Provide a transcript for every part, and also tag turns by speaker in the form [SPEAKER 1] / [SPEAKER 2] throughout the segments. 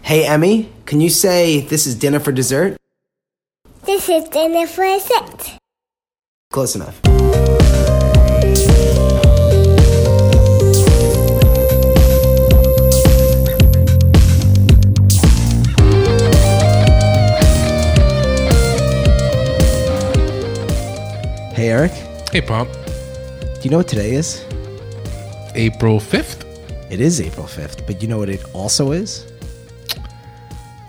[SPEAKER 1] Hey, Emmy, can you say this is dinner for dessert?
[SPEAKER 2] This is dinner for a set.
[SPEAKER 1] Close enough. Hey, Eric,
[SPEAKER 3] Hey, Pomp.
[SPEAKER 1] do you know what today is?
[SPEAKER 3] April 5th?
[SPEAKER 1] It is April 5th, but you know what it also is?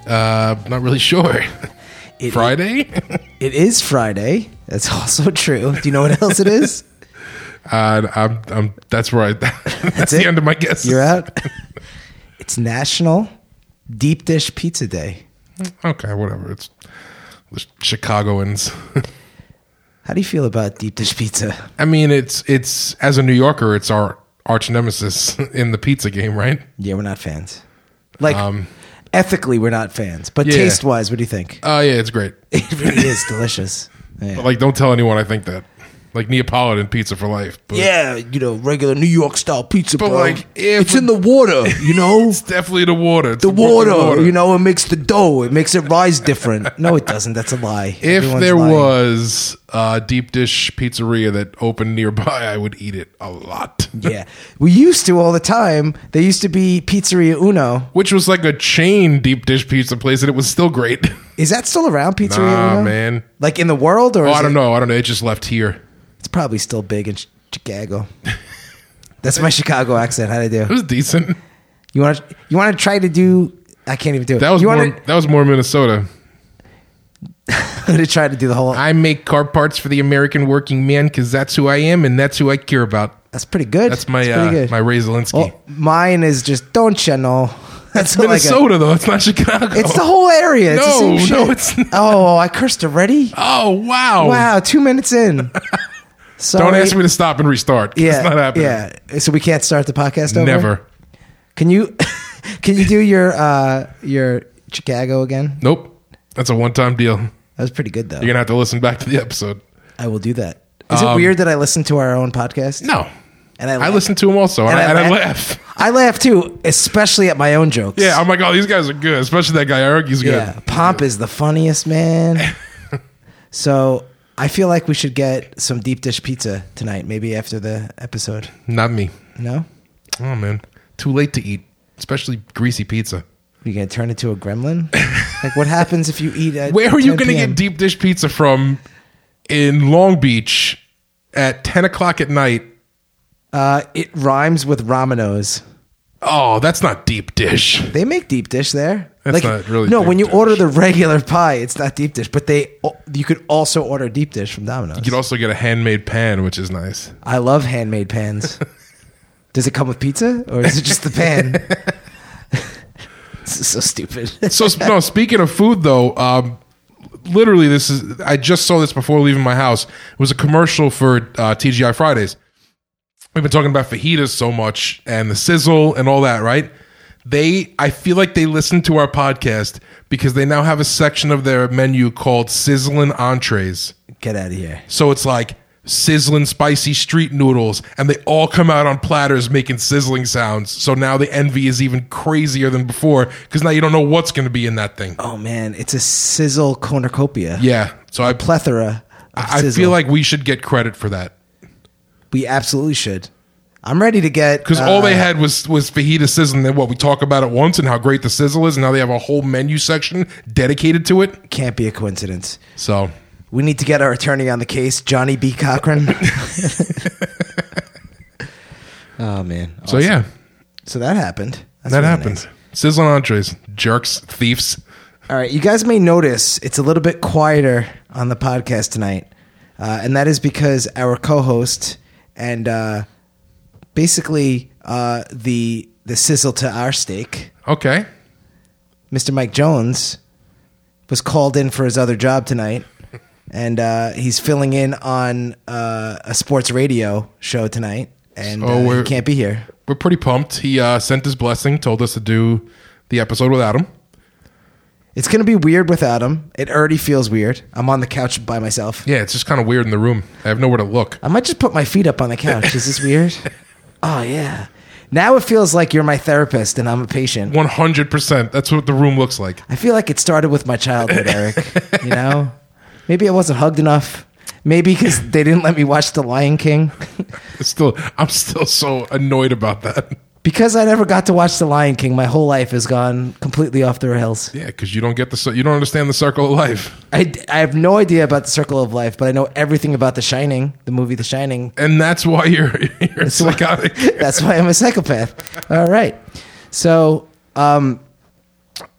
[SPEAKER 3] Uh, not really sure.
[SPEAKER 1] It-
[SPEAKER 3] Friday?
[SPEAKER 1] It is Friday. That's also true. Do you know what else it is?
[SPEAKER 3] Uh, I'm, I'm, that's where I, that's, the
[SPEAKER 1] it?
[SPEAKER 3] end of my guess.
[SPEAKER 1] You're out. It's National Deep Dish Pizza Day.
[SPEAKER 3] Okay, whatever. It's the Chicagoans.
[SPEAKER 1] How do you feel about deep dish pizza?
[SPEAKER 3] I mean, it's, it's, as a New Yorker, it's our arch nemesis in the pizza game, right?
[SPEAKER 1] Yeah, we're not fans. Like ethically, we're not fans, but
[SPEAKER 3] Um, Yeah.
[SPEAKER 1] taste wise, what do you think?
[SPEAKER 3] Oh, yeah, it's great.
[SPEAKER 1] It really is delicious. Yeah.
[SPEAKER 3] But, like, don't tell anyone I think that. Like, Neapolitan pizza for life. But
[SPEAKER 1] Yeah, you know, regular New York style pizza,
[SPEAKER 3] But,
[SPEAKER 1] bro.
[SPEAKER 3] like, if-
[SPEAKER 1] it's in the water, you know,
[SPEAKER 3] It's definitely the water. It's
[SPEAKER 1] the
[SPEAKER 3] Brooklyn
[SPEAKER 1] water, You know, it makes the dough. It makes it rise different. No, it doesn't. That's a lie.
[SPEAKER 3] If
[SPEAKER 1] Everyone's
[SPEAKER 3] there
[SPEAKER 1] lying.
[SPEAKER 3] was a deep dish pizzeria that opened nearby, I would eat it a lot.
[SPEAKER 1] yeah, we used to all the time. There used to be Pizzeria Uno.
[SPEAKER 3] Which was like a chain deep dish pizza place, and it was still great.
[SPEAKER 1] Is that still around? Pizzeria
[SPEAKER 3] Nah,
[SPEAKER 1] Uno,
[SPEAKER 3] man.
[SPEAKER 1] Like in the world, or
[SPEAKER 3] Oh,
[SPEAKER 1] is
[SPEAKER 3] I don't
[SPEAKER 1] it-
[SPEAKER 3] know. I don't know. It just left here.
[SPEAKER 1] It's probably still big in Ch- Chicago. That's my Chicago accent. How would I do?
[SPEAKER 3] It was decent.
[SPEAKER 1] You want to you want to try to do? I can't even do it.
[SPEAKER 3] That was
[SPEAKER 1] you
[SPEAKER 3] more.
[SPEAKER 1] want
[SPEAKER 3] that was more Minnesota.
[SPEAKER 1] to try to do the whole.
[SPEAKER 3] I make car parts for the American working man because that's who I am and that's who I care about.
[SPEAKER 1] That's pretty good.
[SPEAKER 3] That's my
[SPEAKER 1] pretty
[SPEAKER 3] uh,
[SPEAKER 1] good.
[SPEAKER 3] my Ray Zelinsky.
[SPEAKER 1] Well, mine is just don't you know? That's like a-
[SPEAKER 3] Minnesota though. It's not Chicago.
[SPEAKER 1] it's the whole area. It's the
[SPEAKER 3] No,
[SPEAKER 1] same
[SPEAKER 3] no,
[SPEAKER 1] shit.
[SPEAKER 3] it's not.
[SPEAKER 1] Oh, I cursed already.
[SPEAKER 3] Oh wow.
[SPEAKER 1] Wow, two minutes in. Sorry.
[SPEAKER 3] Don't ask me to stop and restart.
[SPEAKER 1] Yeah,
[SPEAKER 3] it's not happening.
[SPEAKER 1] Yeah, so we can't start the podcast over.
[SPEAKER 3] Never.
[SPEAKER 1] Can you? Can you do your uh your Chicago again?
[SPEAKER 3] Nope. That's a one-time deal.
[SPEAKER 1] That was pretty good though.
[SPEAKER 3] You're gonna have to listen back to the episode.
[SPEAKER 1] I will do that. Is it
[SPEAKER 3] Um,
[SPEAKER 1] weird that I listen to our own podcast?
[SPEAKER 3] No.
[SPEAKER 1] and I,
[SPEAKER 3] I
[SPEAKER 1] laugh?
[SPEAKER 3] listened to him also, and, I, and I
[SPEAKER 1] laugh-
[SPEAKER 3] laugh.
[SPEAKER 1] I laugh too, especially at my own jokes.
[SPEAKER 3] Yeah, I'm like, oh, these guys are good, especially that guy Eric. He's good.
[SPEAKER 1] yeah. Pomp is the funniest man. so I feel like we should get some deep dish pizza tonight, maybe after the episode.
[SPEAKER 3] Mm, Not me.
[SPEAKER 1] No,
[SPEAKER 3] Oh man, too late to eat, especially greasy pizza.
[SPEAKER 1] you gonna turn into a gremlin? like what happens if you eat? At
[SPEAKER 3] Where are
[SPEAKER 1] 10
[SPEAKER 3] you going to
[SPEAKER 1] PM?
[SPEAKER 3] get deep dish pizza from in Long Beach at 10 o'clock at night?
[SPEAKER 1] Uh, it rhymes with Romanos.
[SPEAKER 3] Oh, that's not deep dish.
[SPEAKER 1] They make deep dish there.
[SPEAKER 3] That's not really
[SPEAKER 1] no.
[SPEAKER 3] deep
[SPEAKER 1] When you
[SPEAKER 3] dish.
[SPEAKER 1] order the regular pie, it's not deep dish, but they you could also order deep dish from Domino's.
[SPEAKER 3] You could also get a handmade pan, which is nice.
[SPEAKER 1] I love handmade pans. Does it come with pizza or is it just the pan? this is so stupid.
[SPEAKER 3] So sp- no, speaking of food though, um, literally this is I just saw this before leaving my house. It was a commercial for uh, TGI Fridays. We've been talking about fajitas so much and the sizzle and all that, right? They I feel like they listened to our podcast because they now have a section of their menu called sizzling entrees.
[SPEAKER 1] Get out of here.
[SPEAKER 3] So it's like sizzling spicy street noodles and they all come out on platters making sizzling sounds. So now the envy is even crazier than before cuz now you don't know what's going to be in that thing.
[SPEAKER 1] Oh man, it's a sizzle cornucopia.
[SPEAKER 3] Yeah. So I
[SPEAKER 1] Plethora. Of
[SPEAKER 3] I
[SPEAKER 1] sizzle.
[SPEAKER 3] feel like we should get credit for that
[SPEAKER 1] we absolutely should. I'm ready to get
[SPEAKER 3] because all they
[SPEAKER 1] uh,
[SPEAKER 3] had was was fajita sizzle. And then what we talk about it once and how great the sizzle is. And now they have a whole menu section dedicated to it.
[SPEAKER 1] can't be a coincidence.
[SPEAKER 3] So
[SPEAKER 1] We need to get our attorney on the case, Johnny B. Cochran. oh man.
[SPEAKER 3] so yeah,
[SPEAKER 1] So that happened. That's
[SPEAKER 3] that
[SPEAKER 1] really
[SPEAKER 3] happened.
[SPEAKER 1] nice.
[SPEAKER 3] Sizzling entrees, jerks, thieves.
[SPEAKER 1] All right, you guys may notice it's a little bit quieter on the podcast tonight, uh, and that is because our co-host and uh, basically uh, the the sizzle to our steak,
[SPEAKER 3] Okay,
[SPEAKER 1] Mr. Mike Jones, was called in for his other job tonight, and uh, he's filling in on uh, a sports radio show tonight, and
[SPEAKER 3] So
[SPEAKER 1] uh, he
[SPEAKER 3] we're-
[SPEAKER 1] can't be here.
[SPEAKER 3] we're pretty pumped. He uh, sent his blessing, told us to do the episode without him.
[SPEAKER 1] It's gonna be weird without him. It already feels weird. I'm on the couch by myself.
[SPEAKER 3] Yeah, it's just kind of weird in the room. I have nowhere to look.
[SPEAKER 1] I might just put my feet up on the couch. Is this weird? oh yeah. Now it feels like you're my therapist and I'm a patient.
[SPEAKER 3] One hundred percent. That's what the room looks like.
[SPEAKER 1] I feel like it started with my childhood, Eric. you know, maybe I wasn't hugged enough. Maybe because they didn't let me watch The Lion King.
[SPEAKER 3] It's still, I'm still so annoyed about that.
[SPEAKER 1] because I never got to watch The Lion King, my whole life has gone completely off the rails.
[SPEAKER 3] Yeah, because you don't get the, cir- you don't understand the circle of life,
[SPEAKER 1] I, I have no idea about the circle of life, but I know everything about The Shining, the movie The Shining.
[SPEAKER 3] and that's why you're, you're
[SPEAKER 1] why-
[SPEAKER 3] psychotic.
[SPEAKER 1] That's why I'm a psychopath. All right. So, um,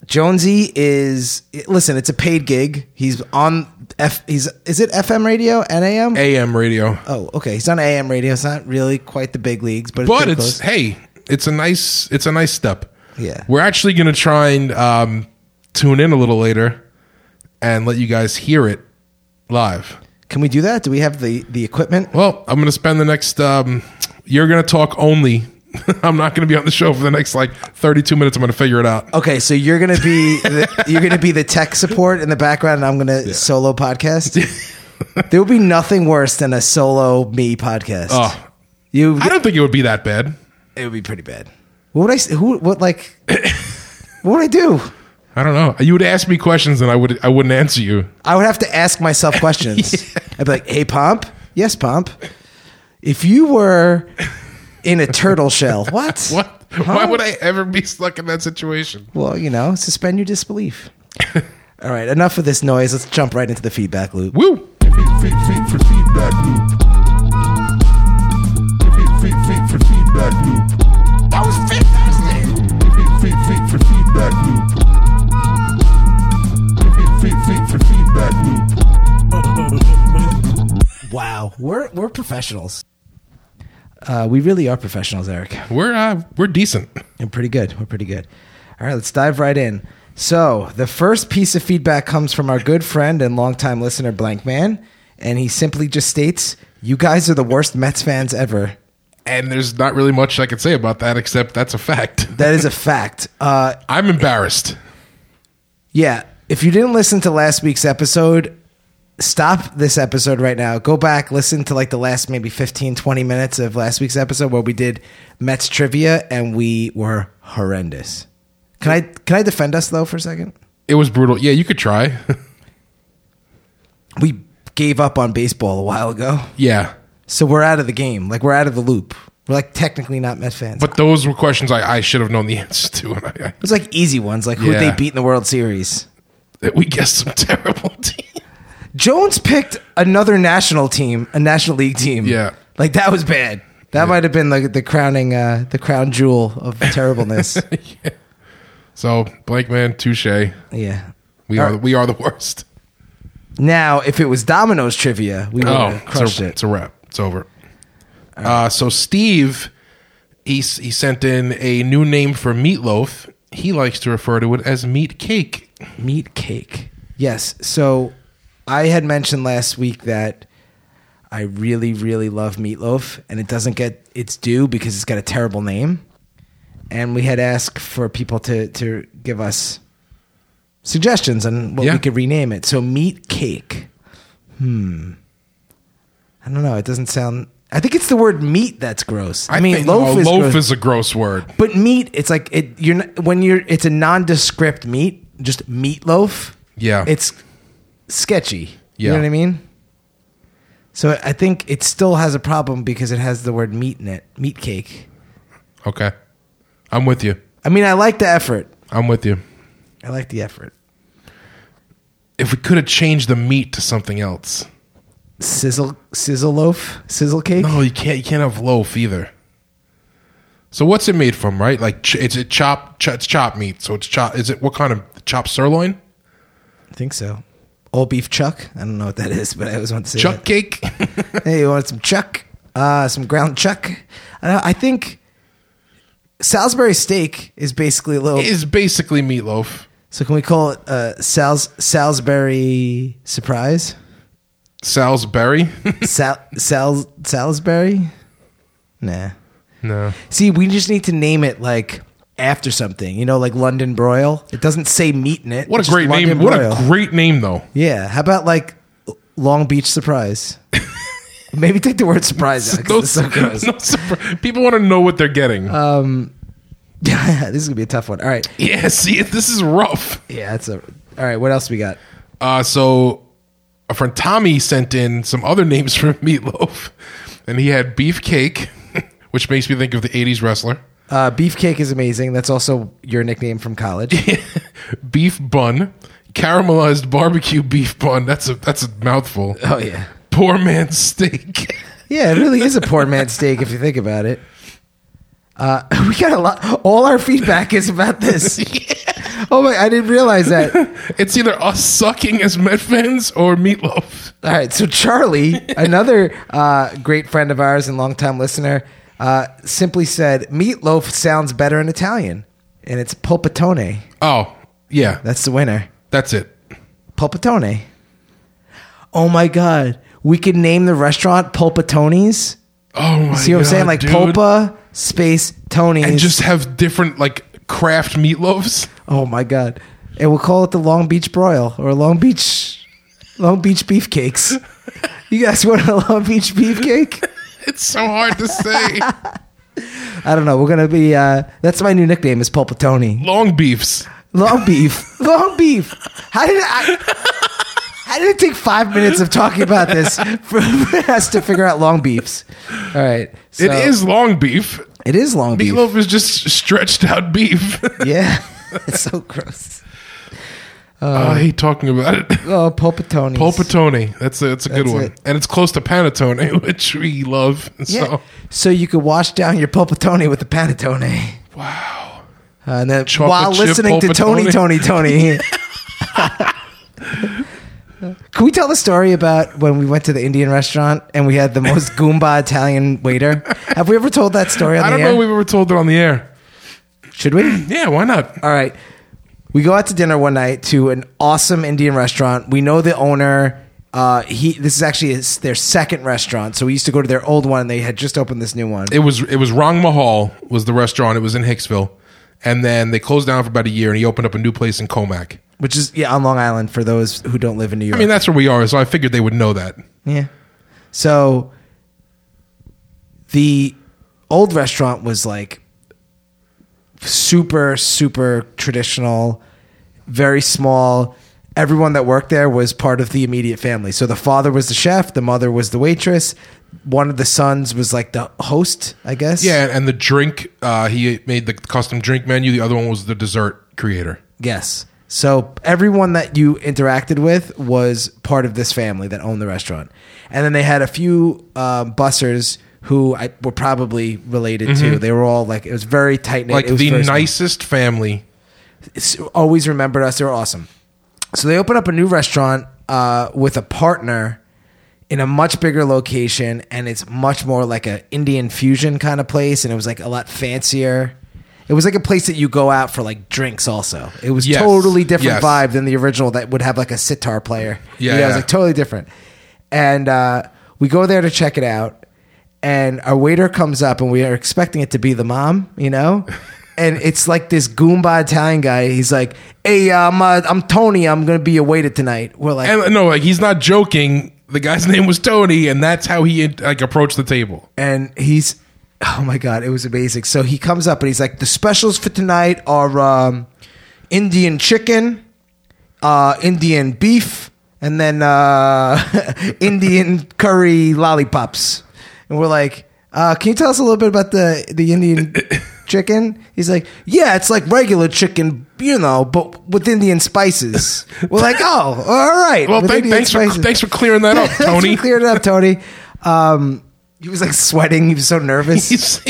[SPEAKER 1] Jonesy is listen. It's a paid gig. He's on F. He's is it FM radio? NAM.
[SPEAKER 3] AM radio,
[SPEAKER 1] oh, okay. He's on AM radio. It's not really quite the big leagues, but it's
[SPEAKER 3] but
[SPEAKER 1] pretty
[SPEAKER 3] it's
[SPEAKER 1] close.
[SPEAKER 3] hey, it's a nice, it's a nice step.
[SPEAKER 1] Yeah.
[SPEAKER 3] we're actually gonna try and um, tune in a little later and let you guys hear it live.
[SPEAKER 1] Can we do that? Do we have the the equipment?
[SPEAKER 3] Well, I'm going to spend the next. Um, you're going to talk only. I'm not going to be on the show for the next like 32 minutes. I'm going to figure it out.
[SPEAKER 1] Okay, so you're gonna be the, you're gonna be the tech support in the background, and I'm gonna solo podcast. there would be nothing worse than a solo me podcast.
[SPEAKER 3] Oh.
[SPEAKER 1] you
[SPEAKER 3] I don't think it would be that bad.
[SPEAKER 1] It would be pretty bad. What would I? s- Who? What? Like? what would I do?
[SPEAKER 3] I don't know. You would ask me questions and I would I wouldn't answer you.
[SPEAKER 1] I would have to ask myself questions. I'd be like, "Hey, Pomp. Yes, Pomp. If you were in a turtle shell, what?
[SPEAKER 3] What? Why would I ever be stuck in that situation?
[SPEAKER 1] Well, you know, suspend your disbelief. All right, enough of this noise. Let's jump right into the feedback loop.
[SPEAKER 3] Woo!
[SPEAKER 4] Feed, feed, feed for feedback loop. Feed, feed, feed for feedback loop. That was fantastic. Feed, feed, feed for feedback loop. Feed, feed, feed for feedback loop.
[SPEAKER 1] Wow, we're we're professionals. Uh, we really are professionals, Eric.
[SPEAKER 3] We're uh, we're decent.
[SPEAKER 1] I'm pretty good. We're pretty good. All right, let's dive right in. So, the first piece of feedback comes from our good friend and longtime listener, Blank Man, and he simply just states, You guys are the worst Mets fans ever.
[SPEAKER 3] And there's not really much I could say about that except that's a fact.
[SPEAKER 1] That is a fact. Uh,
[SPEAKER 3] I'm embarrassed.
[SPEAKER 1] yeah, if you didn't listen to last week's episode, stop this episode right now. Go back, listen to like the last maybe 15, 20 minutes of last week's episode where we did Mets trivia and we were horrendous. Can I can I defend us though for a second?
[SPEAKER 3] It was brutal. Yeah, you could try.
[SPEAKER 1] we gave up on baseball a while ago.
[SPEAKER 3] yeah.
[SPEAKER 1] So we're out of the game. Like we're out of the loop. We're like technically not Met fans. But
[SPEAKER 3] But those were questions I, I should have known the answer to. And I, I,
[SPEAKER 1] it's like easy ones, like who they
[SPEAKER 3] Yeah.
[SPEAKER 1] beat in the World Series.
[SPEAKER 3] that we guessed some terrible teams.
[SPEAKER 1] Jones picked another national team, a national league team.
[SPEAKER 3] Yeah.
[SPEAKER 1] Like that was bad. That might have been like the crowning uh the crown jewel of terribleness.
[SPEAKER 3] So blank man, touche. We
[SPEAKER 1] yeah.
[SPEAKER 3] are
[SPEAKER 1] Alright.
[SPEAKER 3] we are the worst.
[SPEAKER 1] Now, if it was Domino's trivia, we would
[SPEAKER 3] Oh,
[SPEAKER 1] have
[SPEAKER 3] it's
[SPEAKER 1] crushed
[SPEAKER 3] a,
[SPEAKER 1] it.
[SPEAKER 3] it's a wrap. It's over. Uh, so Steve, he s- he sent in a new name for meatloaf. He likes to refer to it as meat cake.
[SPEAKER 1] meat cake. Yes. So I had mentioned last week that I really, really love meatloaf and it doesn't get its due because it's got a terrible name. And we had asked for people to, to give us suggestions on what
[SPEAKER 3] Yeah.
[SPEAKER 1] we could rename it. So meat cake. Hmm. I don't know. It doesn't sound. I think it's the word meat that's gross. I, mean,
[SPEAKER 3] think-
[SPEAKER 1] loaf,
[SPEAKER 3] no,
[SPEAKER 1] is,
[SPEAKER 3] loaf
[SPEAKER 1] gross.
[SPEAKER 3] is a gross word.
[SPEAKER 1] But meat, it's like it. You're not, when you're. It's a nondescript meat, just meatloaf.
[SPEAKER 3] Yeah.
[SPEAKER 1] it's sketchy. you
[SPEAKER 3] Yeah.
[SPEAKER 1] know what I mean. So I think it still has a problem because it has the word meat in it. Meat cake.
[SPEAKER 3] Okay, I'm with you.
[SPEAKER 1] I mean, I like the effort.
[SPEAKER 3] I'm with you.
[SPEAKER 1] I like the effort.
[SPEAKER 3] If we could have changed the meat to something else,
[SPEAKER 1] Sizzle, sizzle loaf, sizzle cake.
[SPEAKER 3] no, you can't. You can't have loaf either. So what's it made from? Right, like ch- it's a chop. Ch- it's chopped meat. So it's chop. Is it what kind of chopped sirloin?
[SPEAKER 1] I think so. Old beef chuck. I don't know what that is, but I always want to say
[SPEAKER 3] Chuck
[SPEAKER 1] that.
[SPEAKER 3] cake.
[SPEAKER 1] Hey, you want some chuck? Uh, some ground chuck? I, don't, I think Salisbury steak is basically a little.
[SPEAKER 3] is basically meatloaf.
[SPEAKER 1] So can we call it uh, Sal's Salisbury surprise?
[SPEAKER 3] Salisbury?
[SPEAKER 1] Sal Sal Salisbury? Nah.
[SPEAKER 3] no.
[SPEAKER 1] See, we just need to name it like after something. You know, like London broil. It doesn't say meat in it.
[SPEAKER 3] What
[SPEAKER 1] It's
[SPEAKER 3] a
[SPEAKER 1] just
[SPEAKER 3] great name.
[SPEAKER 1] London
[SPEAKER 3] What
[SPEAKER 1] broil.
[SPEAKER 3] a great name though.
[SPEAKER 1] yeah. How about like Long Beach surprise? Maybe take the word surprise out.
[SPEAKER 3] No,
[SPEAKER 1] 'cause it's so gross. Uh,
[SPEAKER 3] no surprise. People want to know what they're getting.
[SPEAKER 1] Yeah, this is gonna be a tough one. All right.
[SPEAKER 3] yeah, see, this is rough.
[SPEAKER 1] Yeah, that's a. All right. What else we got?
[SPEAKER 3] Uh, so a friend Tommy sent in some other names for meatloaf, and he had beefcake, which makes me think of the '80s wrestler.
[SPEAKER 1] Uh, beefcake is amazing. That's also your nickname from college.
[SPEAKER 3] Beef bun, caramelized barbecue beef bun. That's a that's a mouthful.
[SPEAKER 1] oh yeah.
[SPEAKER 3] Poor man's steak.
[SPEAKER 1] Yeah, it really is a poor man's steak if you think about it. Uh, we got a lot. All our feedback is about this. Oh my! I didn't realize that. All
[SPEAKER 3] it's either us sucking as Met fans or meatloaf.
[SPEAKER 1] right, so Charlie, another uh, great friend of ours and longtime listener, uh, simply said, "Meatloaf sounds better in Italian, and it's pulpitone.
[SPEAKER 3] Oh yeah,
[SPEAKER 1] That's the winner.
[SPEAKER 3] that's it.
[SPEAKER 1] Pulpitone. Oh my god, we could name the restaurant Pulpitone's.
[SPEAKER 3] Oh my
[SPEAKER 1] See what I'm
[SPEAKER 3] God,
[SPEAKER 1] saying? Like
[SPEAKER 3] dude.
[SPEAKER 1] Pulpa space Tony's.
[SPEAKER 3] and just have different like craft meatloafs.
[SPEAKER 1] Oh my god! And we'll call it the Long Beach Broil or Long Beach, Long Beach Beefcakes. You guys want a Long Beach Beefcake?
[SPEAKER 3] It's so hard to say.
[SPEAKER 1] I don't know. We're gonna be. Uh, that's my new nickname is Pulpitone.
[SPEAKER 3] Long beefs.
[SPEAKER 1] Long beef. Long beef. How did I? How did it take five minutes of talking about this for us to figure out long beefs? All right. so-
[SPEAKER 3] It is long beef.
[SPEAKER 1] It is long beef.
[SPEAKER 3] Meatloaf is just stretched out beef.
[SPEAKER 1] Yeah. it's so gross.
[SPEAKER 3] Oh, I hate talking about it.
[SPEAKER 1] Oh, Pulpitone.
[SPEAKER 3] Pulpitone. That's a, that's a good
[SPEAKER 1] That's
[SPEAKER 3] one.
[SPEAKER 1] it.
[SPEAKER 3] And it's close to panettone, which we love.
[SPEAKER 1] Yeah.
[SPEAKER 3] So
[SPEAKER 1] So you could wash down your pulpitone with the panettone. Wow. and then
[SPEAKER 3] Chocolate
[SPEAKER 1] while
[SPEAKER 3] chip
[SPEAKER 1] listening to Tony,
[SPEAKER 3] pulpitone.
[SPEAKER 1] Tony, Tony. Can we tell the story about when we went to the Indian restaurant and we had the most Goomba Italian waiter? Have we ever told that story on
[SPEAKER 3] I
[SPEAKER 1] the
[SPEAKER 3] don't
[SPEAKER 1] air?
[SPEAKER 3] know if we were told it on the air.
[SPEAKER 1] Should we?
[SPEAKER 3] Yeah, why not?
[SPEAKER 1] All right. We go out to dinner one night to an awesome Indian restaurant. We know the owner. Uh, he this is actually his, their second restaurant. So we used to go to their old one and they had just opened this new one.
[SPEAKER 3] It was it was Rang Mahal was the restaurant. It was in Hicksville. And then they closed down for about a year and he opened up a new place in Comac.
[SPEAKER 1] which is yeah on Long Island for those who don't live in New York.
[SPEAKER 3] I mean, that's where we are, so I figured they would know that.
[SPEAKER 1] yeah. So the old restaurant was like super super traditional, very small. Everyone that worked there was part of the immediate family. So the father was the chef, the mother was the waitress, one of the sons was like the host, I guess.
[SPEAKER 3] Yeah, and the drink, uh, he made the custom drink menu. The other one was the dessert creator.
[SPEAKER 1] Yes. So everyone that you interacted with was part of this family that owned the restaurant, and then they had a few um, bussers who I, were probably related to. They were all like it was very tight knit.
[SPEAKER 3] Mm-hmm. Like
[SPEAKER 1] it was
[SPEAKER 3] the
[SPEAKER 1] very small.
[SPEAKER 3] nicest family.
[SPEAKER 1] S- always remembered us. They were awesome. So they opened up a new restaurant uh, with a partner in a much bigger location, and it's much more like a Indian fusion kind of place, and it was like a lot fancier. It was like a place that you go out for like drinks. Also, it was
[SPEAKER 3] Yes.
[SPEAKER 1] totally different
[SPEAKER 3] Yes.
[SPEAKER 1] vibe than the original that would have like a sitar player. You
[SPEAKER 3] Yeah,
[SPEAKER 1] know, it was
[SPEAKER 3] yeah.
[SPEAKER 1] like totally different. And uh, we go there to check it out, and our waiter comes up, and we are expecting it to be the mom, you know. And it's like this Goomba Italian guy. He's like, "Hey, uh, I'm uh, I'm Tony. I'm gonna be your waiter tonight." We're like,
[SPEAKER 3] And no, like he's not joking. The guy's name was Tony, and that's how he like approached the table.
[SPEAKER 1] and he's oh my god it was amazing so he comes up and he's like the specials for tonight are um, indian chicken uh, indian beef and then uh, indian curry lollipops and we're like uh, can you tell us a little bit about the the indian chicken he's like yeah it's like regular chicken you know but with indian spices we're like oh all right
[SPEAKER 3] Well,
[SPEAKER 1] with
[SPEAKER 3] thank,
[SPEAKER 1] Indian
[SPEAKER 3] thanks for
[SPEAKER 1] spices."
[SPEAKER 3] thanks for clearing that up,
[SPEAKER 1] Thanks
[SPEAKER 3] Tony.
[SPEAKER 1] for clearing it up, Tony. Um, he was like sweating. He was so nervous.
[SPEAKER 3] He's-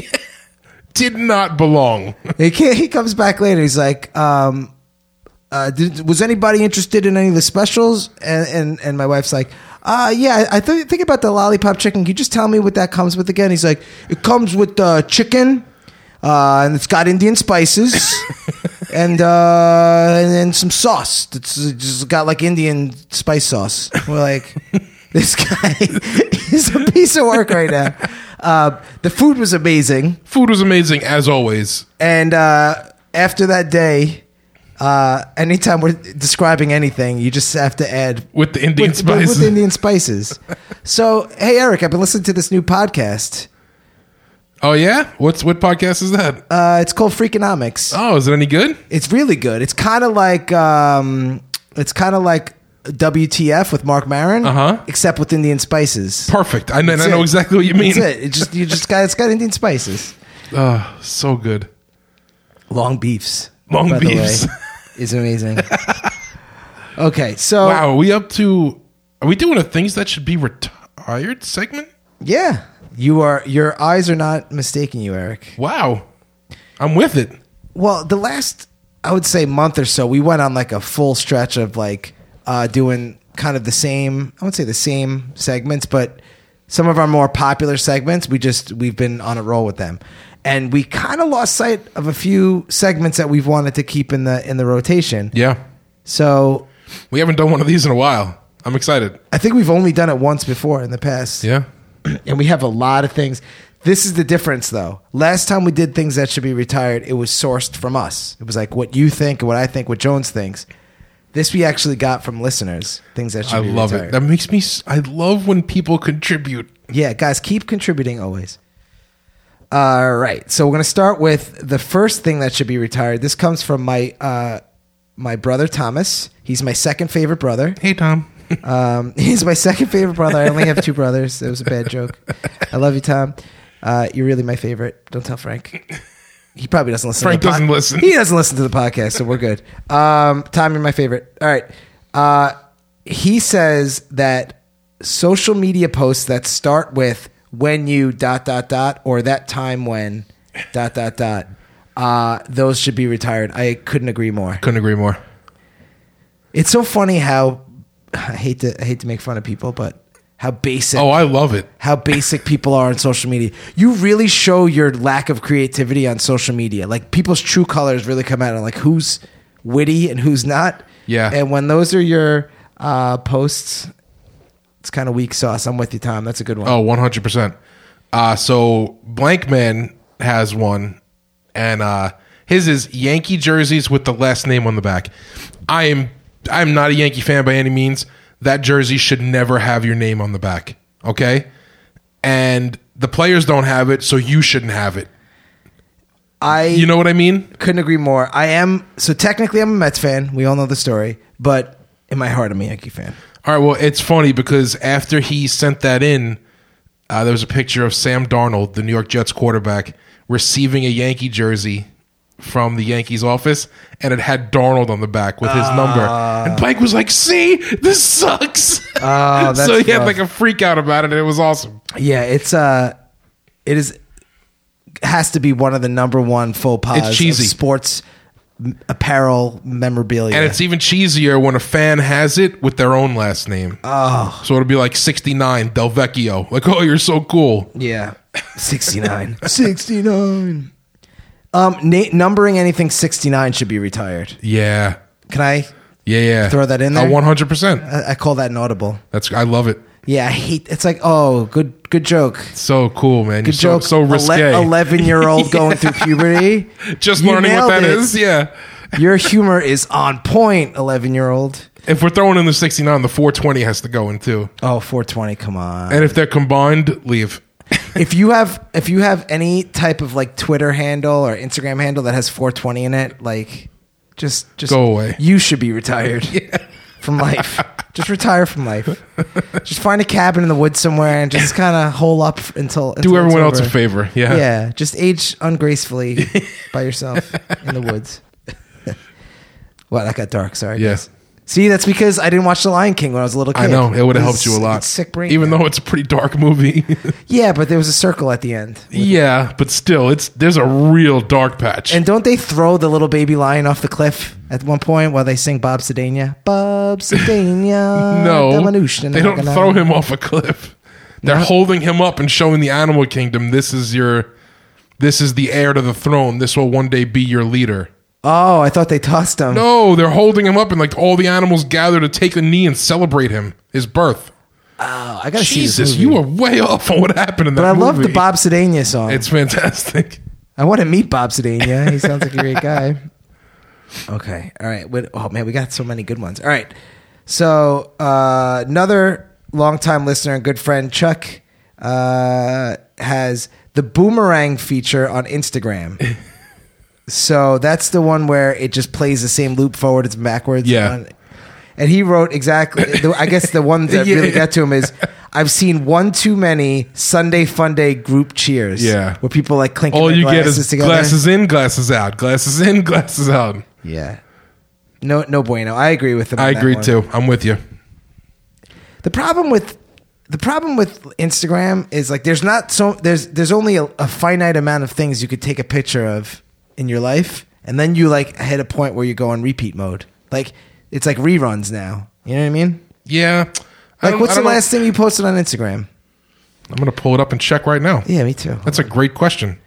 [SPEAKER 3] did not belong.
[SPEAKER 1] he, can't, he comes back later. He's like, um, uh, did, was anybody interested in any of the specials? And and, and my wife's like, uh, yeah, I th- think about the lollipop chicken. Can you just tell me what that comes with again? He's like, it comes with uh, chicken, uh, and it's got Indian spices, and uh, and then some sauce. It's just got like Indian spice sauce. We're like, this guy is a piece of work right now. Uh, the food was amazing.
[SPEAKER 3] Food was amazing as always.
[SPEAKER 1] And uh, after that day, Uh, anytime we're describing anything, you just have to add
[SPEAKER 3] With the Indian
[SPEAKER 1] with- but
[SPEAKER 3] spices.
[SPEAKER 1] With Indian spices. so, hey, Eric, I've been listening to this new podcast.
[SPEAKER 3] Oh yeah, what's what podcast is that?
[SPEAKER 1] Uh, it's called Freakonomics.
[SPEAKER 3] oh, is it any good?
[SPEAKER 1] It's really good. It's kind of like um, it's kind of like WTF with Mark Maron,
[SPEAKER 3] Uh-huh.
[SPEAKER 1] except with Indian spices.
[SPEAKER 3] Perfect. I know, I
[SPEAKER 1] That's
[SPEAKER 3] know
[SPEAKER 1] it.
[SPEAKER 3] exactly what you mean.
[SPEAKER 1] That's it. It just you just got it's got Indian spices.
[SPEAKER 3] Ah, so good.
[SPEAKER 1] Long beefs.
[SPEAKER 3] Long
[SPEAKER 1] by the way,
[SPEAKER 3] beefs.
[SPEAKER 1] is amazing. okay, so
[SPEAKER 3] Wow, are we up to? Are we doing a things that should be retired segment?
[SPEAKER 1] yeah, you are your eyes are not mistaking you, Eric.
[SPEAKER 3] Wow, I'm with it.
[SPEAKER 1] Well, the last I would say month or so, we went on like a full stretch of like uh, doing kind of the same. I would say the same segments, but some of our more popular segments, we just we've been on a roll with them, and we kind of lost sight of a few segments that we've wanted to keep in the in the rotation.
[SPEAKER 3] Yeah,
[SPEAKER 1] So
[SPEAKER 3] we haven't done one of these in a while. I'm excited.
[SPEAKER 1] I think we've only done it once before in the past.
[SPEAKER 3] Yeah,
[SPEAKER 1] and we have a lot of things. This is the difference, though. Last time we did things that should be retired, it was sourced from us. It was like what you think, what I think, what Jones thinks. This we actually got from listeners. Things that should
[SPEAKER 3] I
[SPEAKER 1] be
[SPEAKER 3] love
[SPEAKER 1] retired.
[SPEAKER 3] it. That makes me. s- I love when people contribute.
[SPEAKER 1] Yeah, guys, keep contributing always. All right, so we're gonna start with the first thing that should be retired. This comes from my uh, my brother Thomas. He's my second favorite brother.
[SPEAKER 3] Hey Tom,
[SPEAKER 1] Um, he's my second favorite brother. I only have two brothers. That was a bad joke. I love you, Tom. Uh, you're really my favorite. Don't tell Frank. He probably doesn't listen.
[SPEAKER 3] Frank
[SPEAKER 1] to the
[SPEAKER 3] doesn't listen.
[SPEAKER 1] He doesn't listen to the podcast, so we're good. Um, Tom, you're my favorite. All right. Uh, he says that social media posts that start with "when you dot dot dot" or "that time when dot dot dot." Uh, those should be retired. I couldn't agree more.
[SPEAKER 3] couldn't agree more.
[SPEAKER 1] It's so funny how I hate to I hate to make fun of people, but how basic
[SPEAKER 3] Oh, I love it.
[SPEAKER 1] how basic people are on social media. You really show your lack of creativity on social media. Like people's true colors really come out on like who's witty and who's not.
[SPEAKER 3] Yeah.
[SPEAKER 1] And when those are your uh, posts, it's kind of weak sauce. I'm with you, Tom. That's a good one.
[SPEAKER 3] Oh, 100%. Uh, so Blank Man has one, and uh, his is Yankee jerseys with the last name on the back. I am I'm not a Yankee fan by any means. That jersey should never have your name on the back, okay? And the players don't have it, so you shouldn't have it.
[SPEAKER 1] I
[SPEAKER 3] You know what I mean?
[SPEAKER 1] couldn't agree more. I am so technically I'm a Mets fan. We all know the story, but in my heart, I'm a Yankee fan.
[SPEAKER 3] All right, well, it's funny because after he sent that in, uh, there was a picture of Sam Darnold, the New York Jets quarterback, receiving a Yankee jersey from the Yankees office, and it had Darnold on the back with his number.
[SPEAKER 1] Ah.
[SPEAKER 3] And Blake was like, "See, this sucks."
[SPEAKER 1] Oh, that's
[SPEAKER 3] so he had
[SPEAKER 1] rough.
[SPEAKER 3] like a freak out about it, and it was awesome.
[SPEAKER 1] Yeah, it's uh it is has to be one of the number one faux pas.
[SPEAKER 3] It's cheesy.
[SPEAKER 1] of sports m- apparel memorabilia.
[SPEAKER 3] And it's even cheesier when a fan has it with their own last name.
[SPEAKER 1] Ah.
[SPEAKER 3] Oh, so it'll be like '69 Del Vecchio. Like, oh, you're so cool.
[SPEAKER 1] yeah, sixty nine. sixty nine. Um, na- numbering anything sixty nine should be retired.
[SPEAKER 3] Yeah,
[SPEAKER 1] Can I?
[SPEAKER 3] yeah, yeah. Uh,
[SPEAKER 1] Throw that in there?
[SPEAKER 3] One hundred percent.
[SPEAKER 1] I I call that an audible.
[SPEAKER 3] That's I love it.
[SPEAKER 1] Yeah, I hate. It's like, oh, good, good joke.
[SPEAKER 3] So cool, man. You're
[SPEAKER 1] Good joke.
[SPEAKER 3] So, so risque.
[SPEAKER 1] Eleven year old going through puberty.
[SPEAKER 3] Just
[SPEAKER 1] You
[SPEAKER 3] learning what
[SPEAKER 1] nailed
[SPEAKER 3] that
[SPEAKER 1] it.
[SPEAKER 3] is. Yeah.
[SPEAKER 1] Your humor is on point. Eleven year old.
[SPEAKER 3] If we're throwing in the 69, the 420 has to go in too.
[SPEAKER 1] Oh, 420, Come on.
[SPEAKER 3] And if they're combined, leave.
[SPEAKER 1] if you have if you have any type of like Twitter handle or Instagram handle that has 420 in it, like just just
[SPEAKER 3] Go away.
[SPEAKER 1] You should be retired from life. just retire from life. just find a cabin in the woods somewhere and just kind of hole up until, until
[SPEAKER 3] Do
[SPEAKER 1] it's
[SPEAKER 3] everyone else a
[SPEAKER 1] over.
[SPEAKER 3] favor. Yeah.
[SPEAKER 1] Yeah, just age ungracefully by yourself in the woods. wow, that got dark. Sorry.
[SPEAKER 3] Yeah.
[SPEAKER 1] guys. See, that's because I didn't watch The Lion King when I was a little kid.
[SPEAKER 3] I know. It would have
[SPEAKER 1] It's-
[SPEAKER 3] helped you a lot.
[SPEAKER 1] it's sick brain.
[SPEAKER 3] Even though it's a pretty dark movie.
[SPEAKER 1] yeah, but there was a circle at the end.
[SPEAKER 3] yeah, but still, it's there's a real dark patch.
[SPEAKER 1] And don't they throw the little baby lion off the cliff at one point while they sing Bob Sedania? Bob Sedania.
[SPEAKER 3] no.
[SPEAKER 1] Damanush,
[SPEAKER 3] They don't
[SPEAKER 1] Nanagana.
[SPEAKER 3] throw him off a cliff. They're holding him up and showing the animal kingdom this is your this is the heir to the throne. This will one day be your leader.
[SPEAKER 1] Oh, I thought they tossed him.
[SPEAKER 3] No, they're holding him up, and like all the animals gather to take a knee and celebrate him, his birth.
[SPEAKER 1] Oh, I gotta
[SPEAKER 3] Jesus,
[SPEAKER 1] see this movie.
[SPEAKER 3] you are way off on what happened in that
[SPEAKER 1] But I love the
[SPEAKER 3] movie.
[SPEAKER 1] Bob Sedania song.
[SPEAKER 3] It's fantastic.
[SPEAKER 1] I want to meet Bob Sedania. He sounds like a great guy. Okay. All right. Wait, oh man, we got so many good ones. All right. So uh, another longtime listener and good friend Chuck uh, has the boomerang feature on Instagram. so that's the one where it just plays the same loop forwards and backwards.
[SPEAKER 3] Yeah.
[SPEAKER 1] on- and he wrote exactly. the- I guess the one that really
[SPEAKER 3] Yeah.
[SPEAKER 1] got to him is. I've seen one too many Sunday Fun Day group cheers.
[SPEAKER 3] Yeah.
[SPEAKER 1] where people like clinking
[SPEAKER 3] All
[SPEAKER 1] their
[SPEAKER 3] you get
[SPEAKER 1] glasses
[SPEAKER 3] is
[SPEAKER 1] together.
[SPEAKER 3] glasses in, glasses out, glasses in, glasses out.
[SPEAKER 1] Yeah. No, no bueno. I agree with him. on
[SPEAKER 3] I
[SPEAKER 1] that
[SPEAKER 3] agree
[SPEAKER 1] one.
[SPEAKER 3] too. I'm with you.
[SPEAKER 1] The problem with the problem with Instagram is like there's not so there's there's only a, a finite amount of things you could take a picture of in your life, and then you like hit a point where you go on repeat mode. Like it's like reruns now. You know what I mean?
[SPEAKER 3] Yeah. I
[SPEAKER 1] Like
[SPEAKER 3] don't-
[SPEAKER 1] what's
[SPEAKER 3] I
[SPEAKER 1] the
[SPEAKER 3] don't know.
[SPEAKER 1] last thing you posted on Instagram?
[SPEAKER 3] I'm gonna pull it up and check right now.
[SPEAKER 1] Yeah, me too.
[SPEAKER 3] That's a great question.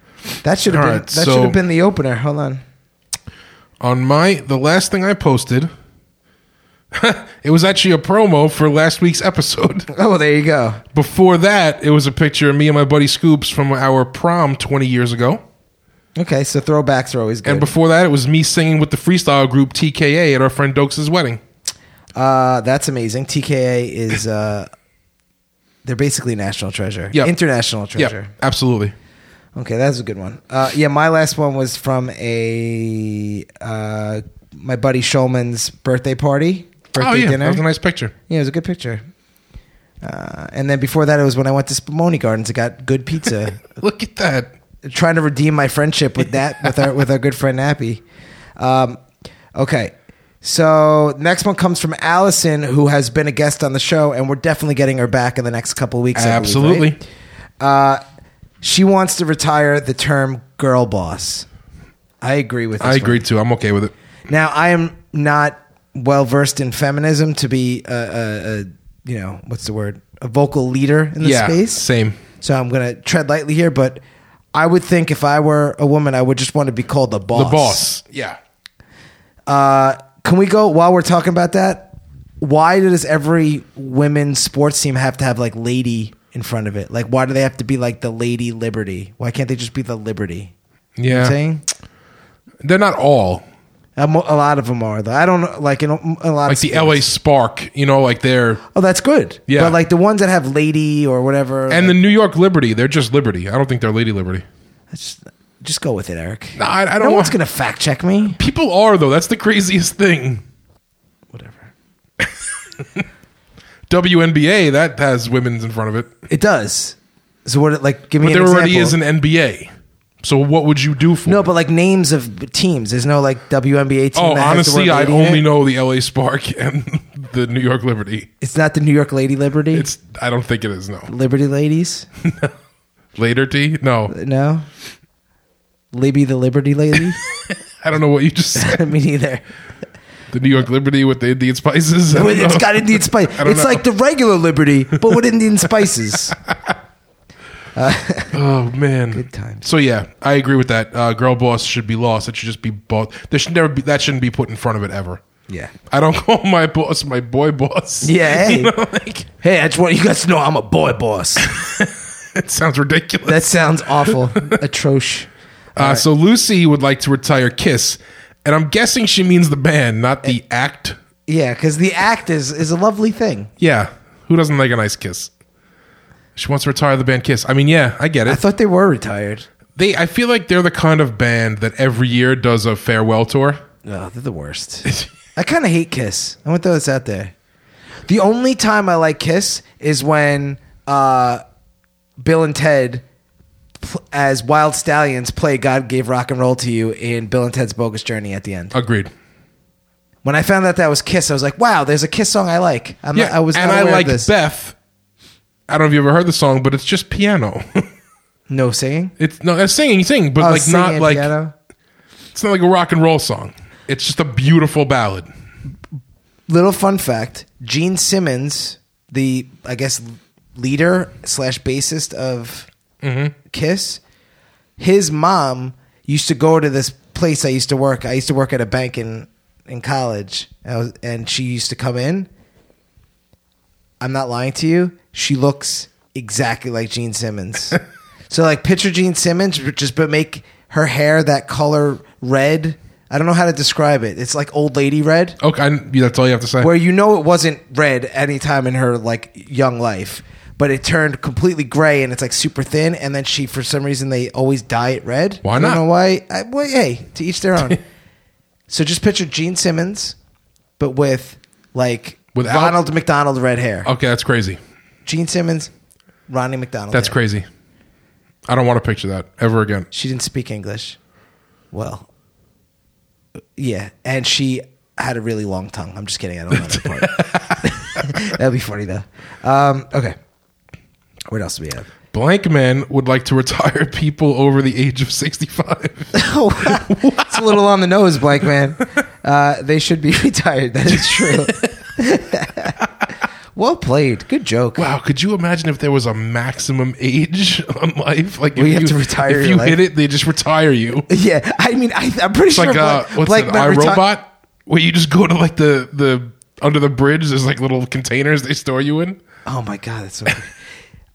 [SPEAKER 1] That should have
[SPEAKER 3] all
[SPEAKER 1] been
[SPEAKER 3] right,
[SPEAKER 1] that
[SPEAKER 3] so-
[SPEAKER 1] should have been the opener. Hold on.
[SPEAKER 3] On my the last thing I posted, it was actually a promo for last week's episode.
[SPEAKER 1] Oh, there you go.
[SPEAKER 3] Before that, it was a picture of me and my buddy Scoops from our prom 20 years ago.
[SPEAKER 1] Okay, so throwbacks are always good.
[SPEAKER 3] And before that, it was me singing with the freestyle group TKA at our friend Dokes' wedding.
[SPEAKER 1] Uh, that's amazing. TKA is uh, they're basically national treasure,
[SPEAKER 3] Yep.
[SPEAKER 1] international
[SPEAKER 3] Yeah,
[SPEAKER 1] treasure.
[SPEAKER 3] absolutely.
[SPEAKER 1] Okay, that's a good one. Uh, yeah, my last one was from a uh, my buddy Shulman's birthday party, birthday
[SPEAKER 3] oh, yeah.
[SPEAKER 1] dinner.
[SPEAKER 3] That was a nice picture.
[SPEAKER 1] yeah, it was a good picture. Uh, and then before that, it was when I went to Spumoni Gardens. I got good pizza.
[SPEAKER 3] Look at that.
[SPEAKER 1] trying to redeem my friendship with that with our with our good friend Nappy. Um, okay, so next one comes from Allison, who has been a guest on the show, and we're definitely getting her back in the next couple of weeks. I believe,
[SPEAKER 3] Absolutely.
[SPEAKER 1] right? Uh, she wants to retire the term "girl boss." I agree with. This
[SPEAKER 3] I
[SPEAKER 1] one.
[SPEAKER 3] agree too. I'm okay with it.
[SPEAKER 1] Now I am not well versed in feminism to be a, a, a you know what's the word a vocal leader in the
[SPEAKER 3] yeah.
[SPEAKER 1] space.
[SPEAKER 3] Same.
[SPEAKER 1] So I'm going to tread lightly here, but I would think if I were a woman, I would just want to be called the boss.
[SPEAKER 3] The boss. Yeah.
[SPEAKER 1] Uh, can we go while we're talking about that? Why does every women's sports team have to have like lady in front of it? Like, why do they have to be like the Lady Liberty? Why can't they just be the Liberty? You know
[SPEAKER 3] Yeah.
[SPEAKER 1] what I'm saying
[SPEAKER 3] They're not all.
[SPEAKER 1] a, mo- a lot of them are though. I don't know, like in a, a lot
[SPEAKER 3] Like
[SPEAKER 1] of
[SPEAKER 3] the
[SPEAKER 1] sports.
[SPEAKER 3] LA Spark, you know, like they're.
[SPEAKER 1] Oh, that's good.
[SPEAKER 3] Yeah.
[SPEAKER 1] but like the ones that have lady or whatever,
[SPEAKER 3] And the
[SPEAKER 1] like,
[SPEAKER 3] New York Liberty, they're just Liberty. I don't think they're Lady Liberty.
[SPEAKER 1] just, just go with it, Eric.
[SPEAKER 3] No, I, I don't
[SPEAKER 1] no
[SPEAKER 3] want.
[SPEAKER 1] one's gonna fact check me.
[SPEAKER 3] People are, though. That's the craziest thing.
[SPEAKER 1] Whatever.
[SPEAKER 3] WNBA, that has women's in front of it.
[SPEAKER 1] It does. So what? Like, give me.
[SPEAKER 3] But
[SPEAKER 1] an
[SPEAKER 3] there already is
[SPEAKER 1] example.
[SPEAKER 3] an NBA. So what would you do for
[SPEAKER 1] No,
[SPEAKER 3] it?
[SPEAKER 1] but like names of teams. There's no like WNBA team.
[SPEAKER 3] Oh,
[SPEAKER 1] that has the
[SPEAKER 3] honestly,
[SPEAKER 1] word
[SPEAKER 3] I
[SPEAKER 1] lady in
[SPEAKER 3] only
[SPEAKER 1] it.
[SPEAKER 3] know the LA Spark and the New York Liberty.
[SPEAKER 1] it's not the New York Lady Liberty.
[SPEAKER 3] It's I don't think it is no.
[SPEAKER 1] Liberty Ladies.
[SPEAKER 3] Later T? No.
[SPEAKER 1] No, Libby the Liberty Lady.
[SPEAKER 3] I don't know what you just said.
[SPEAKER 1] Me neither.
[SPEAKER 3] The New York Liberty with the Indian spices. I don't
[SPEAKER 1] But it's
[SPEAKER 3] know.
[SPEAKER 1] got Indian spice.
[SPEAKER 3] I don't
[SPEAKER 1] It's
[SPEAKER 3] know.
[SPEAKER 1] like the regular Liberty, but with Indian spices.
[SPEAKER 3] Oh man. Good
[SPEAKER 1] times.
[SPEAKER 3] So yeah, I agree with that. Uh, girl boss should be lost. It should just be boss. There should never be that shouldn't be put in front of it ever.
[SPEAKER 1] Yeah.
[SPEAKER 3] I don't call my boss my boy boss.
[SPEAKER 1] Yeah, hey.
[SPEAKER 3] You know, like,
[SPEAKER 1] Hey, I just want you guys to know I'm a boy boss.
[SPEAKER 3] it sounds ridiculous.
[SPEAKER 1] That sounds awful, atrocious.
[SPEAKER 3] Uh, So Lucy would like to retire Kiss, and I'm guessing she means the band, not the
[SPEAKER 1] Eh.
[SPEAKER 3] act.
[SPEAKER 1] Yeah, because the act is is a lovely thing.
[SPEAKER 3] Yeah, who doesn't like a nice kiss? She wants to retire the band Kiss. I mean, yeah, I get it.
[SPEAKER 1] I thought they were retired.
[SPEAKER 3] they, I feel like they're the kind of band that every year does a farewell tour.
[SPEAKER 1] Oh, they're the worst. I kind of hate Kiss. I want to throw this out there. The only time I like Kiss is when uh, Bill and Ted, pl- as Wild Stallions, play "God Gave Rock and Roll to You" in Bill and Ted's Bogus Journey at the end.
[SPEAKER 3] Agreed.
[SPEAKER 1] When I found out that was Kiss, I was like, "Wow, there's a Kiss song I like." I'm
[SPEAKER 3] Yeah,
[SPEAKER 1] not, I was
[SPEAKER 3] and
[SPEAKER 1] not
[SPEAKER 3] I
[SPEAKER 1] aware
[SPEAKER 3] like
[SPEAKER 1] of this.
[SPEAKER 3] Beth. I don't know if you ever heard the song, but it's just piano.
[SPEAKER 1] no singing.
[SPEAKER 3] it's no it's singing, singing, but
[SPEAKER 1] Oh,
[SPEAKER 3] like
[SPEAKER 1] singing
[SPEAKER 3] not
[SPEAKER 1] and
[SPEAKER 3] like
[SPEAKER 1] piano?
[SPEAKER 3] it's not like a rock and roll song. It's just a beautiful ballad.
[SPEAKER 1] Little fun fact: Gene Simmons, the I guess leader slash bassist of Kiss, his mom used to go to this place I used to work. I used to work at a bank in in college, and, I was, and she used to come in. I'm not lying to you. She looks exactly like Gene Simmons. so like picture Gene Simmons, but just but make her hair that color red I don't know how to describe it. It's like old lady red,
[SPEAKER 3] Okay, I, that's all you have to say.
[SPEAKER 1] where you know it wasn't red any time in her like young life, but it turned completely gray and it's like super thin. And then she, for some reason, they always dye it red. I
[SPEAKER 3] Why
[SPEAKER 1] don't
[SPEAKER 3] not?
[SPEAKER 1] know why. I, well, hey, to each their own. so just picture Gene Simmons, but with like
[SPEAKER 3] Without- Oh.
[SPEAKER 1] Ronald McDonald red hair.
[SPEAKER 3] okay, that's crazy.
[SPEAKER 1] Gene Simmons, Ronnie McDonald.
[SPEAKER 3] That's
[SPEAKER 1] hair.
[SPEAKER 3] crazy. I don't want to picture that ever again.
[SPEAKER 1] She didn't speak English. Well, yeah, and she had a really long tongue. I'm just kidding. I don't know that part. That'd be funny though. Um, okay, what else do we have?
[SPEAKER 3] Blank men would like to retire people over the age of 65.
[SPEAKER 1] Oh, wow. it's a little on the nose, Blank Man. Uh, they should be retired. That is true. well played. Good joke.
[SPEAKER 3] wow, could you imagine if there was a maximum age on life? Like, if
[SPEAKER 1] We have to retire
[SPEAKER 3] If
[SPEAKER 1] your
[SPEAKER 3] you
[SPEAKER 1] life.
[SPEAKER 3] hit it, they just retire you.
[SPEAKER 1] Yeah, I mean, I, I'm pretty
[SPEAKER 3] It's
[SPEAKER 1] sure
[SPEAKER 3] like uh,
[SPEAKER 1] Blank-
[SPEAKER 3] what's
[SPEAKER 1] Blank
[SPEAKER 3] that?
[SPEAKER 1] Man
[SPEAKER 3] I
[SPEAKER 1] reti-
[SPEAKER 3] Robot, where you just go to like the the under the bridge. There's like little containers they store you in.
[SPEAKER 1] Oh my god, that's so.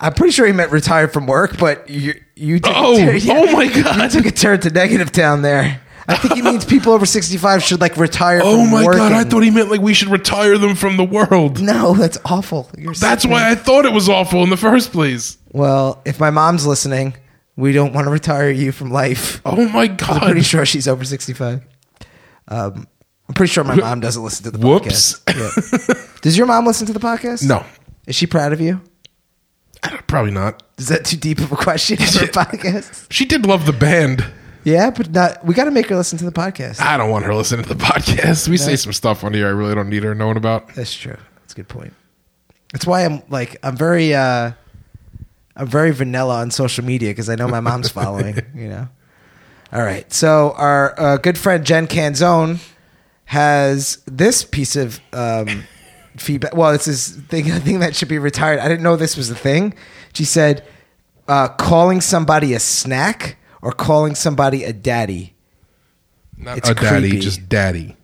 [SPEAKER 1] I'm pretty sure he meant retired from work, but you you took
[SPEAKER 3] Oh,
[SPEAKER 1] a turn,
[SPEAKER 3] oh my God.
[SPEAKER 1] you took a turn to negative down there. I think he means people over 65 should like retire.
[SPEAKER 3] Oh
[SPEAKER 1] from
[SPEAKER 3] my
[SPEAKER 1] working.
[SPEAKER 3] god! I thought he meant like we should retire them from the world.
[SPEAKER 1] no, that's awful. You're
[SPEAKER 3] That's
[SPEAKER 1] sick,
[SPEAKER 3] why
[SPEAKER 1] man.
[SPEAKER 3] I thought it was awful in the first place.
[SPEAKER 1] well, if my mom's listening, we don't want to retire you from life.
[SPEAKER 3] Oh my
[SPEAKER 1] I'm pretty
[SPEAKER 3] god!
[SPEAKER 1] sure she's over 65. Um, I'm pretty sure my mom doesn't listen to the
[SPEAKER 3] Whoops.
[SPEAKER 1] podcast. Yeah. Does your mom listen to the podcast?
[SPEAKER 3] No,
[SPEAKER 1] Is she proud of you?
[SPEAKER 3] probably not.
[SPEAKER 1] Is that too deep of a question for a podcast?
[SPEAKER 3] She did love the band.
[SPEAKER 1] Yeah, but not. We got to make her listen to the podcast.
[SPEAKER 3] I don't want her listening to the podcast. We say some stuff on here I really don't need her knowing about.
[SPEAKER 1] That's true. That's a good point. That's why I'm like I'm very uh I'm very vanilla on social media because I know my mom's following, you know. All right. So our uh, good friend Jen Canzone has this piece of um feedback. Well, it's this thing a thing that should be retired. I didn't know this was a thing. She said uh calling somebody a snack or calling somebody a daddy.
[SPEAKER 3] Not
[SPEAKER 1] It's
[SPEAKER 3] a daddy,
[SPEAKER 1] creepy.
[SPEAKER 3] just daddy.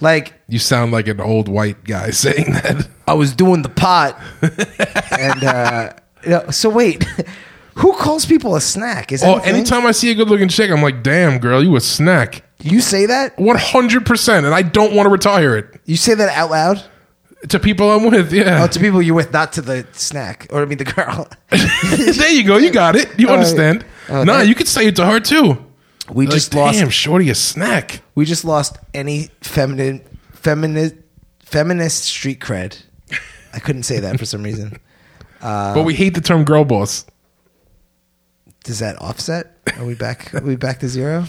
[SPEAKER 1] Like
[SPEAKER 3] You sound like an old white guy saying that.
[SPEAKER 1] I was doing the pot, and uh, you know, so wait, who calls people a snack? Is that
[SPEAKER 3] Oh,
[SPEAKER 1] a thing?
[SPEAKER 3] anytime I see a good looking chick, I'm like, damn, girl, you a snack.
[SPEAKER 1] you say that,
[SPEAKER 3] 100%. And I don't want to retire it
[SPEAKER 1] you say that out loud
[SPEAKER 3] to people I'm with. Yeah.
[SPEAKER 1] oh, to people you're with, not to the snack or I mean the girl.
[SPEAKER 3] there you go. You got it.
[SPEAKER 1] Oh,
[SPEAKER 3] You understand. nah, you could say it to her too.
[SPEAKER 1] We
[SPEAKER 3] Like,
[SPEAKER 1] just
[SPEAKER 3] damn,
[SPEAKER 1] lost.
[SPEAKER 3] shorty, a snack.
[SPEAKER 1] We just lost any feminine, feminist, feminist street cred. I couldn't say that for some reason. Uh.
[SPEAKER 3] but we hate the term girl boss.
[SPEAKER 1] Does that offset? Are we back? Are we back to zero?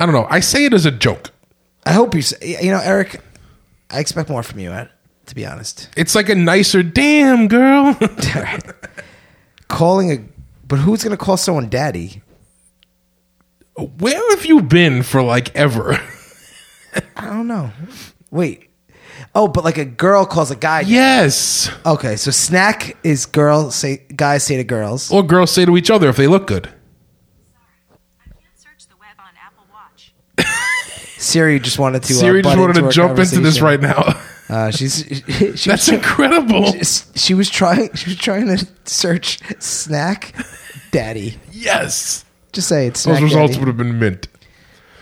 [SPEAKER 3] I don't know. I say it as a joke.
[SPEAKER 1] I hope you. s- You know, Eric, I expect more from you. Ed, To be honest.
[SPEAKER 3] It's like a nicer, damn, girl.
[SPEAKER 1] calling a but who's gonna call someone daddy?
[SPEAKER 3] Where have you been for like ever?
[SPEAKER 1] I don't know. Wait. Oh, but like a girl calls a guy.
[SPEAKER 3] yes.
[SPEAKER 1] Okay, so snack is girl say guys say to girls.
[SPEAKER 3] Or girls say to each other if they look good.
[SPEAKER 5] I can't search the web on Apple Watch.
[SPEAKER 1] Siri just wanted to. uh,
[SPEAKER 3] Siri just
[SPEAKER 1] butt
[SPEAKER 3] wanted to
[SPEAKER 1] our
[SPEAKER 3] jump into this
[SPEAKER 1] conversation.
[SPEAKER 3] right now.
[SPEAKER 1] Uh, she's she, was,
[SPEAKER 3] That's incredible.
[SPEAKER 1] she was trying. She was trying to search snack daddy.
[SPEAKER 3] Yes.
[SPEAKER 1] Just say it's
[SPEAKER 3] Those
[SPEAKER 1] snack
[SPEAKER 3] results
[SPEAKER 1] daddy.
[SPEAKER 3] would have been mint.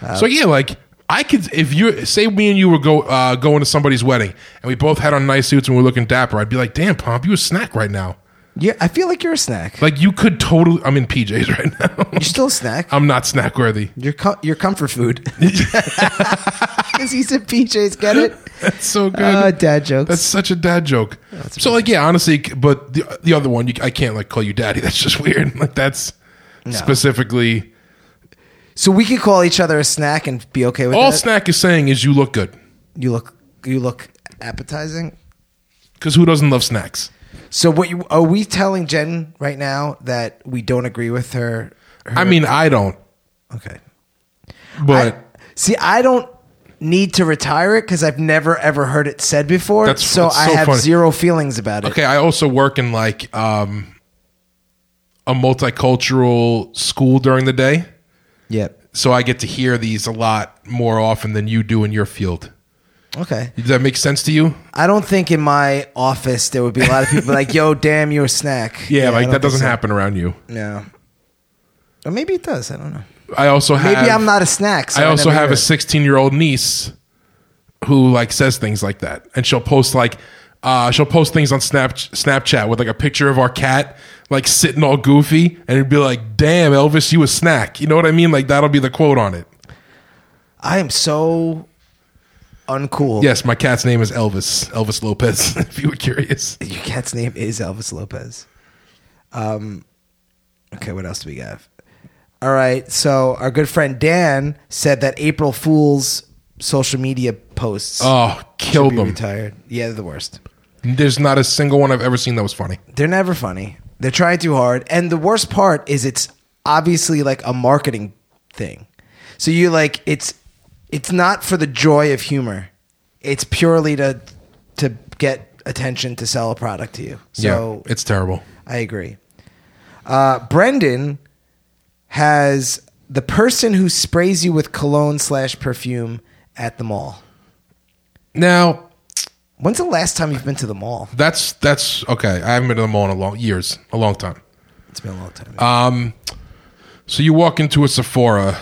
[SPEAKER 1] Uh,
[SPEAKER 3] so yeah, like I could if you say me and you were go uh, going to somebody's wedding and we both had on nice suits and we were looking dapper, I'd be like, "Damn, Pomp, you a snack right now."
[SPEAKER 1] Yeah, I feel like you're a snack.
[SPEAKER 3] Like you could totally. I'm in PJs right now.
[SPEAKER 1] you're still a snack.
[SPEAKER 3] I'm not snack worthy.
[SPEAKER 1] you're com- you're comfort food. Because he's in PJs. Get it?
[SPEAKER 3] That's so good.
[SPEAKER 1] Uh, dad jokes.
[SPEAKER 3] That's such a dad joke. so like, yeah, honestly, c- but the the other one, you, I can't like call you daddy. That's just weird. Like that's specifically
[SPEAKER 1] So we could call each other a snack and be okay with
[SPEAKER 3] all
[SPEAKER 1] that?
[SPEAKER 3] snack is saying is you look good
[SPEAKER 1] you look you look appetizing.
[SPEAKER 3] because who doesn't love snacks?
[SPEAKER 1] So what you are we telling Jen right now that we don't agree with her? her-
[SPEAKER 3] I mean, I don't,
[SPEAKER 1] okay.
[SPEAKER 3] but.
[SPEAKER 1] See, I don't need to retire it because I've never ever heard it said before.
[SPEAKER 3] That's-
[SPEAKER 1] so
[SPEAKER 3] that's
[SPEAKER 1] I
[SPEAKER 3] so
[SPEAKER 1] have
[SPEAKER 3] funny.
[SPEAKER 1] zero feelings about it.
[SPEAKER 3] Okay, I also work in like um, a multicultural school during the day,
[SPEAKER 1] Yep.
[SPEAKER 3] so I get to hear these a lot more often than you do in your field.
[SPEAKER 1] Okay.
[SPEAKER 3] Does that make sense to you?
[SPEAKER 1] I don't think in my office there would be a lot of people like, "Yo, damn, you're a snack."
[SPEAKER 3] Yeah,
[SPEAKER 1] I don't
[SPEAKER 3] like that
[SPEAKER 1] think
[SPEAKER 3] doesn't
[SPEAKER 1] so.
[SPEAKER 3] happen around you.
[SPEAKER 1] No. Or maybe it does. I don't know.
[SPEAKER 3] I also have
[SPEAKER 1] Maybe I'm not a snack. so
[SPEAKER 3] I also
[SPEAKER 1] never
[SPEAKER 3] have
[SPEAKER 1] hear
[SPEAKER 3] a
[SPEAKER 1] it.
[SPEAKER 3] 16 year old niece who like says things like that, and she'll post like uh, she'll post things on Snap Snapchat with like a picture of our cat like sitting all goofy, and it'd be like, "Damn, Elvis, you a snack." You know what I mean? Like that'll be the quote on it.
[SPEAKER 1] I am so uncool.
[SPEAKER 3] Yes, my cat's name is Elvis Elvis Lopez. if you were curious,
[SPEAKER 1] Your cat's name is Elvis Lopez. Um, okay, what else do we have? All right, so our good friend Dan said that April Fool's social media posts
[SPEAKER 3] oh,
[SPEAKER 1] should
[SPEAKER 3] killed
[SPEAKER 1] be
[SPEAKER 3] them.
[SPEAKER 1] retired. Yeah, they're the worst.
[SPEAKER 3] There's not a single one I've ever seen that was funny.
[SPEAKER 1] They're never funny. They're trying too hard, and the worst part is it's obviously like a marketing thing. So you like it's it's not for the joy of humor. It's purely to to get attention to sell a product to you. So
[SPEAKER 3] yeah, it's terrible.
[SPEAKER 1] I agree. Uh, Brendan has the person who sprays you with cologne slash perfume at the mall.
[SPEAKER 3] Now
[SPEAKER 1] When's the last time you've been to the mall?
[SPEAKER 3] that's that's okay. I haven't been to the mall in a long years, a long time.
[SPEAKER 1] It's been a long time.
[SPEAKER 3] So you walk into a Sephora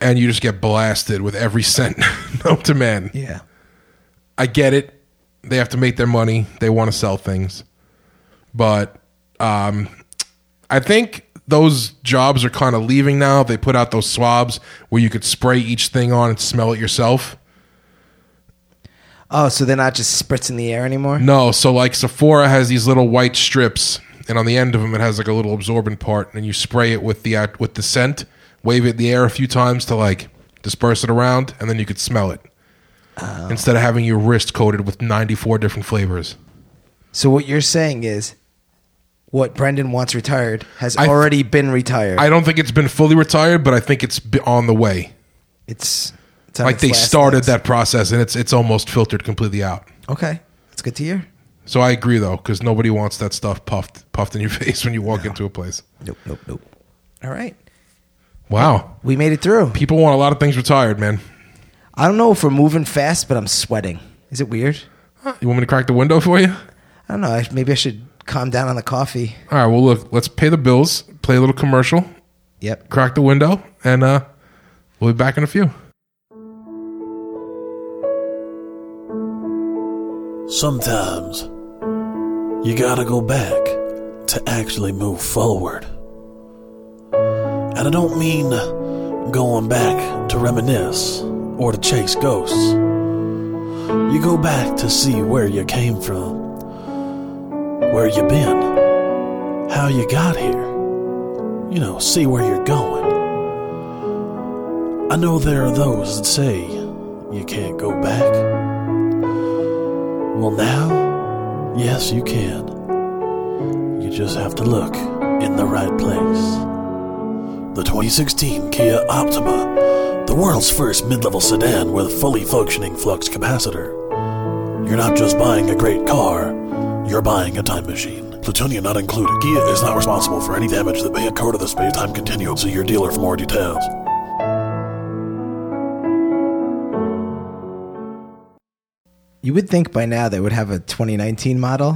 [SPEAKER 3] and you just get blasted with every cent known to man.
[SPEAKER 1] yeah.
[SPEAKER 3] I get it. They have to make their money. They want to sell things. But um, I think those jobs are kind of leaving now. They put out those swabs where you could spray each thing on and smell it yourself.
[SPEAKER 1] Oh, so they're not just spritzing the air anymore?
[SPEAKER 3] No, so like Sephora has these little white strips, and on the end of them it has like a little absorbent part, and you spray it with the act- with the scent, wave it in the air a few times to like disperse it around, and then you could smell it instead of having your wrist coated with ninety four different flavors.
[SPEAKER 1] So what you're saying is what Brendan wants retired has
[SPEAKER 3] I th-
[SPEAKER 1] already been retired.
[SPEAKER 3] I don't think it's been fully retired, but I think it's be- on the way.
[SPEAKER 1] it's, it's on
[SPEAKER 3] Like
[SPEAKER 1] its
[SPEAKER 3] they
[SPEAKER 1] last
[SPEAKER 3] started
[SPEAKER 1] legs.
[SPEAKER 3] that process, and it's it's almost filtered completely out.
[SPEAKER 1] Okay. That's good to hear.
[SPEAKER 3] So I agree though, because nobody wants that stuff puffed puffed in your face when you walk into a place.
[SPEAKER 1] Nope, nope, nope. All right.
[SPEAKER 3] Wow,
[SPEAKER 1] We made it through.
[SPEAKER 3] people want a lot of things retired, man.
[SPEAKER 1] I don't know if we're moving fast, but I'm sweating. Is it weird?
[SPEAKER 3] You want me to crack the window for you?
[SPEAKER 1] I don't know. I- Maybe I should calm down on the coffee.
[SPEAKER 3] All right. Well, look, let's pay the bills, play a little commercial,
[SPEAKER 1] Yep.
[SPEAKER 3] crack the window, and uh, we'll be back in a few.
[SPEAKER 6] Sometimes you gotta go back to actually move forward. And I don't mean going back to reminisce or to chase ghosts. You go back to see where you came from, where you been, how you got here. You know, see where you're going. I know there are those that say you can't go back. Well, now, yes, you can. You just have to look in the right place. The 2016 Kia Optima, the world's first mid level sedan with fully functioning flux capacitor. You're not just buying a great car, you're buying a time machine. Plutonium not included. Kia is not responsible for any damage that may occur to the space time continuum. See your dealer for more details.
[SPEAKER 1] You would think by now they would have a 2019 model.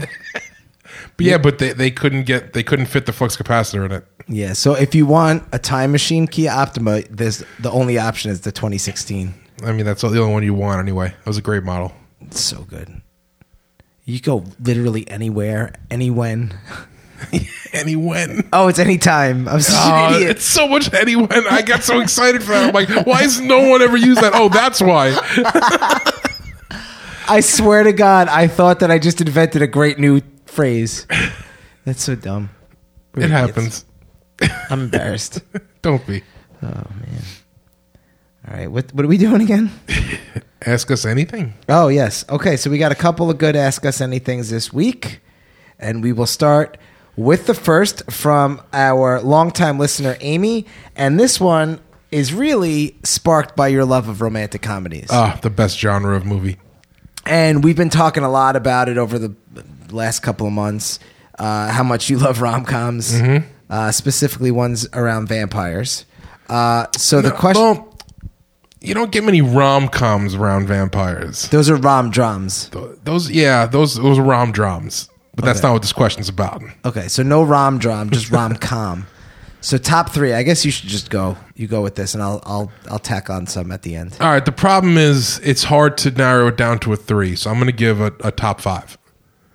[SPEAKER 3] But yeah, but they, they couldn't get they couldn't fit the flux capacitor in it.
[SPEAKER 1] yeah. So if you want a time machine Kia Optima, there's the only option is the 2016.
[SPEAKER 3] I mean, that's the only one you want anyway. That was a great model.
[SPEAKER 1] It's so good. You go literally anywhere, any when.
[SPEAKER 3] Any when.
[SPEAKER 1] Oh, it's anytime. I'm such an
[SPEAKER 3] Uh,
[SPEAKER 1] idiot.
[SPEAKER 3] it's so much any when. I got so excited for that. I'm like, why has no one ever used that? Oh, that's why.
[SPEAKER 1] I swear to God, I thought that I just invented a great new phrase. That's so dumb. We're
[SPEAKER 3] It
[SPEAKER 1] idiots.
[SPEAKER 3] happens.
[SPEAKER 1] I'm embarrassed. Oh,
[SPEAKER 3] Don't be.
[SPEAKER 1] All right, what what are we doing again?
[SPEAKER 3] Ask us anything.
[SPEAKER 1] Oh yes, okay. So we got a couple of good ask us anythings this week, and we will start with the first from our longtime listener Amy, and this one is really sparked by your love of romantic comedies.
[SPEAKER 3] Ah, the best genre of movie.
[SPEAKER 1] and we've been talking a lot about it over the last couple of months. Uh, how much you love rom coms, uh, specifically ones around vampires. Uh, so the question:
[SPEAKER 3] Well, you don't get many rom coms around vampires.
[SPEAKER 1] those are rom drums.
[SPEAKER 3] Those, yeah, those those are rom drums, but that's
[SPEAKER 1] Okay.
[SPEAKER 3] not what this question's about.
[SPEAKER 1] Okay, so no rom drum, just rom com. So top three. I guess you should just go. You go with this, and I'll I'll I'll tack on some at the end.
[SPEAKER 3] All right. The problem is it's hard to narrow it down to a three, so I'm going to give a, a top five.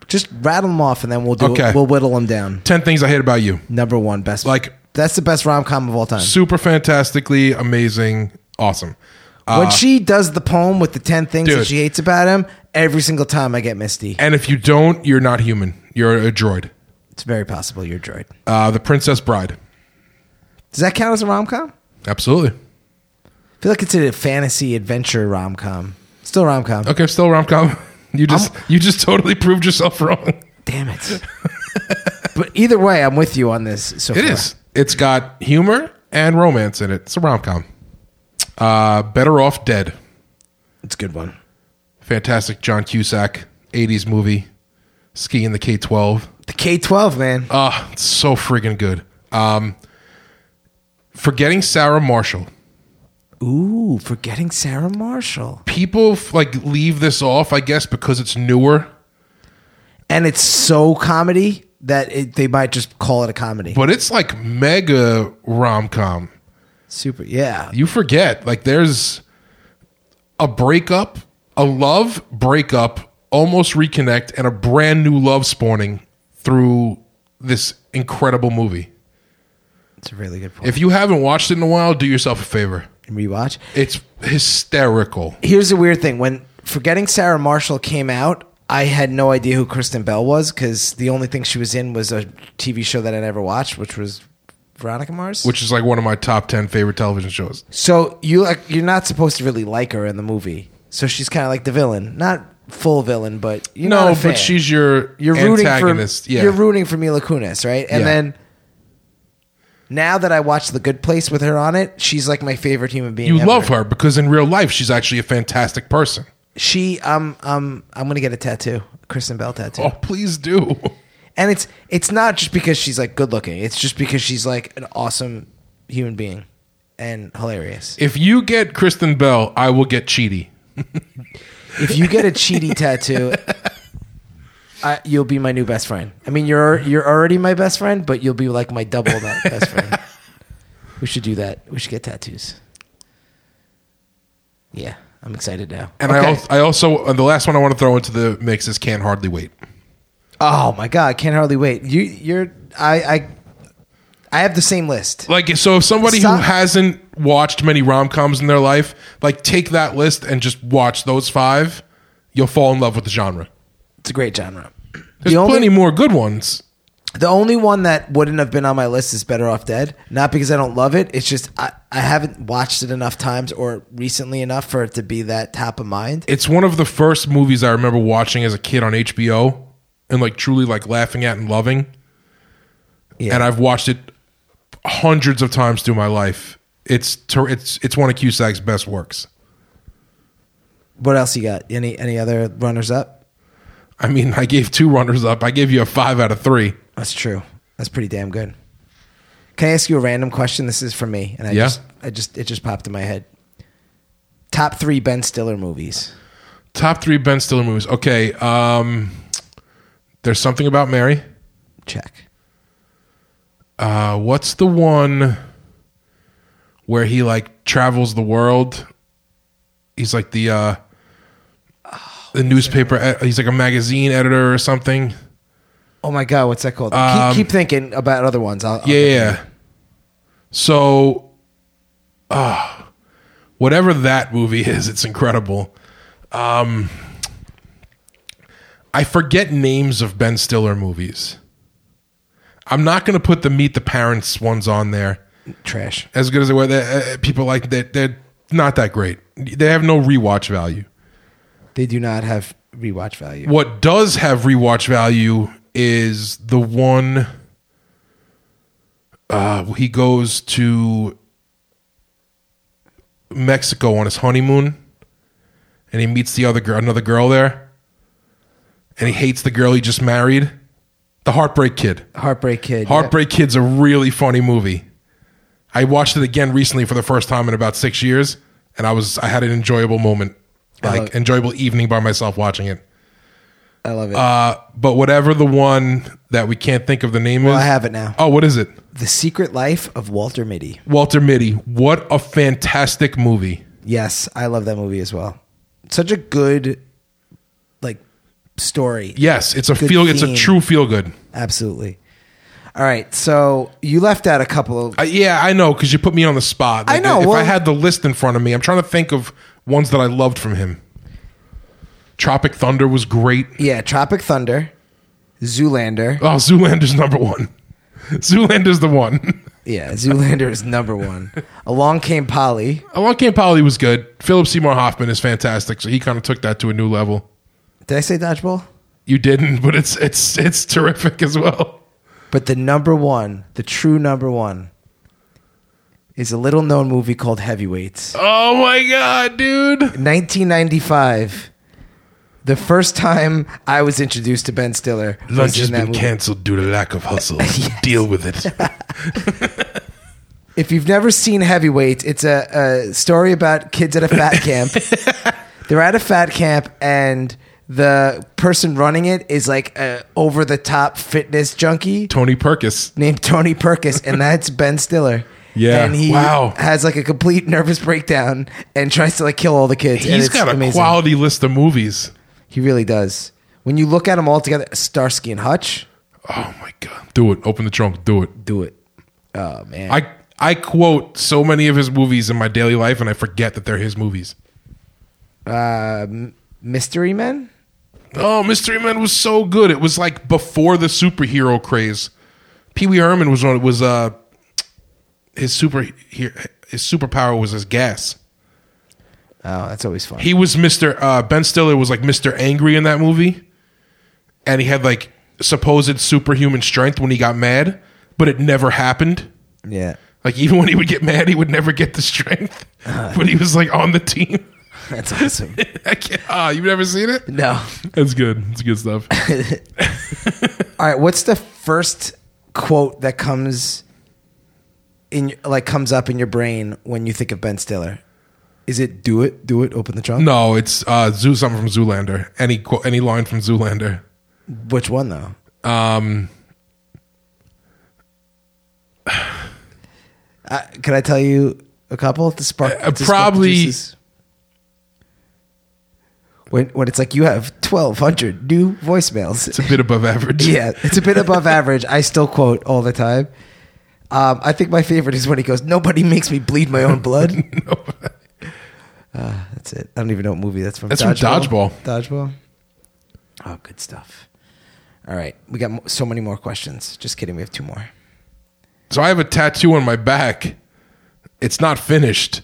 [SPEAKER 1] Just rattle them off, and then we'll do.
[SPEAKER 3] Okay.
[SPEAKER 1] We'll whittle them down.
[SPEAKER 3] Ten things I hate about you.
[SPEAKER 1] Number one, best.
[SPEAKER 3] Like-
[SPEAKER 1] that's the best rom com of all time.
[SPEAKER 3] Super fantastically amazing, awesome.
[SPEAKER 1] when she does the poem with the ten things that
[SPEAKER 3] uh, Dude.
[SPEAKER 1] she hates about him, every single time I get misty.
[SPEAKER 3] And if you don't, you're not human. You're a droid.
[SPEAKER 1] It's very possible you're a droid.
[SPEAKER 3] Uh, the Princess Bride.
[SPEAKER 1] Does that count as a rom com?
[SPEAKER 3] Absolutely.
[SPEAKER 1] I feel like it's a fantasy adventure rom com. Still rom com.
[SPEAKER 3] Okay, still rom com. You just you just totally proved yourself wrong.
[SPEAKER 1] Damn it. but either way, I'm with you on this. So
[SPEAKER 3] It is. It's got humor and romance in it. It's a rom com. Uh, Better off dead.
[SPEAKER 1] It's a good one.
[SPEAKER 3] Fantastic John Cusack '80s movie. Ski in the K-12.
[SPEAKER 1] The K twelve man.
[SPEAKER 3] Ah, it's so friggin' good. Um, forgetting Sarah Marshall.
[SPEAKER 1] Ooh, forgetting Sarah Marshall.
[SPEAKER 3] People f- like leave this off, I guess, because it's newer.
[SPEAKER 1] And it's so comedy that it, they might just call it a comedy.
[SPEAKER 3] But it's like mega rom com.
[SPEAKER 1] Super. Yeah.
[SPEAKER 3] you forget like there's a breakup a love breakup almost reconnect and a brand new love spawning through this incredible movie
[SPEAKER 1] It's a really good point.
[SPEAKER 3] if you haven't watched it in a while do yourself a favor
[SPEAKER 1] Rewatch.
[SPEAKER 3] it's hysterical
[SPEAKER 1] Here's the weird thing when Forgetting Sarah Marshall came out, I had no idea who Kristen Bell was because the only thing she was in was a TV show that I never watched, which was Veronica Mars.
[SPEAKER 3] which is like one of my top 10 favorite television shows
[SPEAKER 1] So you like you're not supposed to really like her in the movie. So she's kind of like the villain, not full villain, but you know.
[SPEAKER 3] no but she's your
[SPEAKER 1] you're rooting
[SPEAKER 3] antagonist
[SPEAKER 1] for
[SPEAKER 3] yeah
[SPEAKER 1] you're rooting for Mila Kunis, right? And
[SPEAKER 3] Yeah.
[SPEAKER 1] then now that I watched The Good Place with her on it, she's like my favorite human being.
[SPEAKER 3] you
[SPEAKER 1] ever.
[SPEAKER 3] love her because in real life she's actually a fantastic person
[SPEAKER 1] She um um I'm gonna get a tattoo, Kristen Bell tattoo,
[SPEAKER 3] oh please do
[SPEAKER 1] and it's it's not just because she's like good looking. It's just because she's like an awesome human being and hilarious.
[SPEAKER 3] if you get kristen bell i will get cheaty
[SPEAKER 1] if you get a cheaty tattoo, I, you'll be my new best friend. I mean, you're you're already my best friend, but you'll be like my double that best friend. We should do that. We should get tattoos. Yeah, I'm excited now.
[SPEAKER 3] And I, also, I also and the last one I want to throw into the mix is "Can't Hardly Wait."
[SPEAKER 1] oh my god, I can't hardly wait. You you're I I I have the same list.
[SPEAKER 3] Like, so if somebody
[SPEAKER 1] Stop.
[SPEAKER 3] who hasn't watched many rom coms in their life, like take that list and just watch those five, you'll fall in love with the genre.
[SPEAKER 1] It's a great genre.
[SPEAKER 3] There's
[SPEAKER 1] The only-
[SPEAKER 3] plenty more good ones.
[SPEAKER 1] The only one that wouldn't have been on my list is Better Off Dead. Not because I don't love it. It's just I, I haven't watched it enough times or recently enough for it to be that top of mind.
[SPEAKER 3] It's one of the first movies I remember watching as a kid on HBO and like truly like laughing at and loving.
[SPEAKER 1] Yeah.
[SPEAKER 3] And I've watched it hundreds of times through my life. It's ter- it's it's one of Cusack's best works.
[SPEAKER 1] What else you got? Any any other runners up?
[SPEAKER 3] I mean, I gave two runners up. I gave you a five out of three.
[SPEAKER 1] That's true. That's pretty damn good. Can I ask you a random question? This is for me, and I
[SPEAKER 3] Yeah.
[SPEAKER 1] just I just it just popped in my head. Top three Ben Stiller movies.
[SPEAKER 3] Top three Ben Stiller movies. Okay. Um, there's something about Mary.
[SPEAKER 1] Check.
[SPEAKER 3] Uh, what's the one where he like travels the world? He's like the uh, the newspaper. e- He's like a magazine editor or something.
[SPEAKER 1] Oh my god, what's that called?
[SPEAKER 3] Um,
[SPEAKER 1] keep, keep thinking about other ones. I'll, I'll
[SPEAKER 3] Yeah. yeah, yeah. So, uh, whatever that movie is, it's incredible. Um, I forget names of Ben Stiller movies. I'm not going to put the Meet the Parents ones on there.
[SPEAKER 1] trash.
[SPEAKER 3] As good as they were, they, uh, people like that. They're not that great. They have no rewatch value.
[SPEAKER 1] They do not have rewatch value.
[SPEAKER 3] What does have rewatch value is the one uh, he goes to Mexico on his honeymoon, and he meets the other girl, another girl there, and he hates the girl he just married, the Heartbreak Kid.
[SPEAKER 1] Heartbreak Kid.
[SPEAKER 3] Heartbreak Kid's a really funny movie. I watched it again recently for the first time in about six years, and I was I had an enjoyable moment,
[SPEAKER 1] I
[SPEAKER 3] like
[SPEAKER 1] love-
[SPEAKER 3] enjoyable evening by myself watching it.
[SPEAKER 1] I love it.
[SPEAKER 3] Uh, but whatever the one that we can't think of the name
[SPEAKER 1] well,
[SPEAKER 3] is.
[SPEAKER 1] I have it now.
[SPEAKER 3] Oh, what is it?
[SPEAKER 1] The Secret Life of Walter Mitty.
[SPEAKER 3] Walter Mitty. What a fantastic movie.
[SPEAKER 1] Yes, I love that movie as well. Such a good, like, story.
[SPEAKER 3] Yes, it's a
[SPEAKER 1] Good
[SPEAKER 3] feel. It's a
[SPEAKER 1] theme.
[SPEAKER 3] true feel good.
[SPEAKER 1] Absolutely. All right. So you left out a couple of.
[SPEAKER 3] Uh, yeah, I know because you put me on the spot.
[SPEAKER 1] I
[SPEAKER 3] Like,
[SPEAKER 1] know,
[SPEAKER 3] If I
[SPEAKER 1] well-
[SPEAKER 3] had the list in front of me, I'm trying to think of ones that I loved from him. Tropic Thunder was great.
[SPEAKER 1] Yeah, Tropic Thunder, Zoolander.
[SPEAKER 3] Oh, Zoolander's number one. Zoolander's the one.
[SPEAKER 1] Yeah, Zoolander is number one. Along Came Polly.
[SPEAKER 3] Along Came Polly was good. Philip Seymour Hoffman is fantastic, so he kind of took that to a new level.
[SPEAKER 1] Did I say Dodgeball?
[SPEAKER 3] You didn't, but it's it's it's terrific as well.
[SPEAKER 1] But the number one, the true number one, is a little known movie called Heavyweights.
[SPEAKER 3] Oh my god, dude!
[SPEAKER 1] 1995. The first time I was introduced to Ben Stiller. was
[SPEAKER 3] Lunch has
[SPEAKER 1] in that
[SPEAKER 3] been
[SPEAKER 1] movie.
[SPEAKER 3] canceled due to lack of hustle. Deal with it.
[SPEAKER 1] If you've never seen Heavyweight, it's a, a story about kids at a fat camp. They're at a fat camp, and the person running it is like a over the top fitness junkie
[SPEAKER 3] Tony Perkis.
[SPEAKER 1] named Tony Perkis, and that's Ben Stiller.
[SPEAKER 3] Yeah.
[SPEAKER 1] and he
[SPEAKER 3] Wow.
[SPEAKER 1] has like a complete nervous breakdown and tries to like kill all the kids. and
[SPEAKER 3] He's
[SPEAKER 1] it's
[SPEAKER 3] got a
[SPEAKER 1] amazing.
[SPEAKER 3] quality list of movies.
[SPEAKER 1] He really does. When you look at them all together, Starsky and Hutch,
[SPEAKER 3] Oh my god, do it! Open the trunk, do it.
[SPEAKER 1] do it. Oh man,
[SPEAKER 3] I I quote so many of his movies in my daily life, and I forget that they're his movies.
[SPEAKER 1] um, Mystery Men.
[SPEAKER 3] Oh, Mystery Men was so good. It was like before the superhero craze. Pee Wee Herman was on. Was uh, his super his superpower was his gas.
[SPEAKER 1] Oh, that's always fun.
[SPEAKER 3] He was Mister uh, Ben Stiller was like Mister Angry in that movie, and he had like supposed superhuman strength when he got mad, but it never happened.
[SPEAKER 1] yeah.
[SPEAKER 3] Like even when he would get mad, he would never get the strength. But he was like on the team.
[SPEAKER 1] That's awesome.
[SPEAKER 3] I can't- Ah, you've never seen it?
[SPEAKER 1] No.
[SPEAKER 3] That's good. It's good stuff.
[SPEAKER 1] All right. What's the first quote that comes in, like, comes up in your brain when you think of Ben Stiller? Is it "Do it, do it, open the trunk"?
[SPEAKER 3] no, it's uh, Zoo. Something from Zoolander. Any qu- any line from Zoolander.
[SPEAKER 1] Which one though?
[SPEAKER 3] Um,
[SPEAKER 1] Uh, can I tell you a couple to spark?
[SPEAKER 3] Uh,
[SPEAKER 1] to spark
[SPEAKER 3] probably-
[SPEAKER 1] the juices? When when it's like you have twelve hundred new voicemails.
[SPEAKER 3] it's a bit above average.
[SPEAKER 1] Yeah, it's a bit above average. I still quote all the time. Um, I think my favorite is when he goes, "Nobody makes me bleed my own blood." uh, that's it. I don't even know what movie that's from.
[SPEAKER 3] That's from
[SPEAKER 1] Dodgeball. Dodgeball. Oh, good stuff. All right, we got mo- so many more questions. Just kidding. We have two more.
[SPEAKER 3] So I have a tattoo on my back. It's not finished,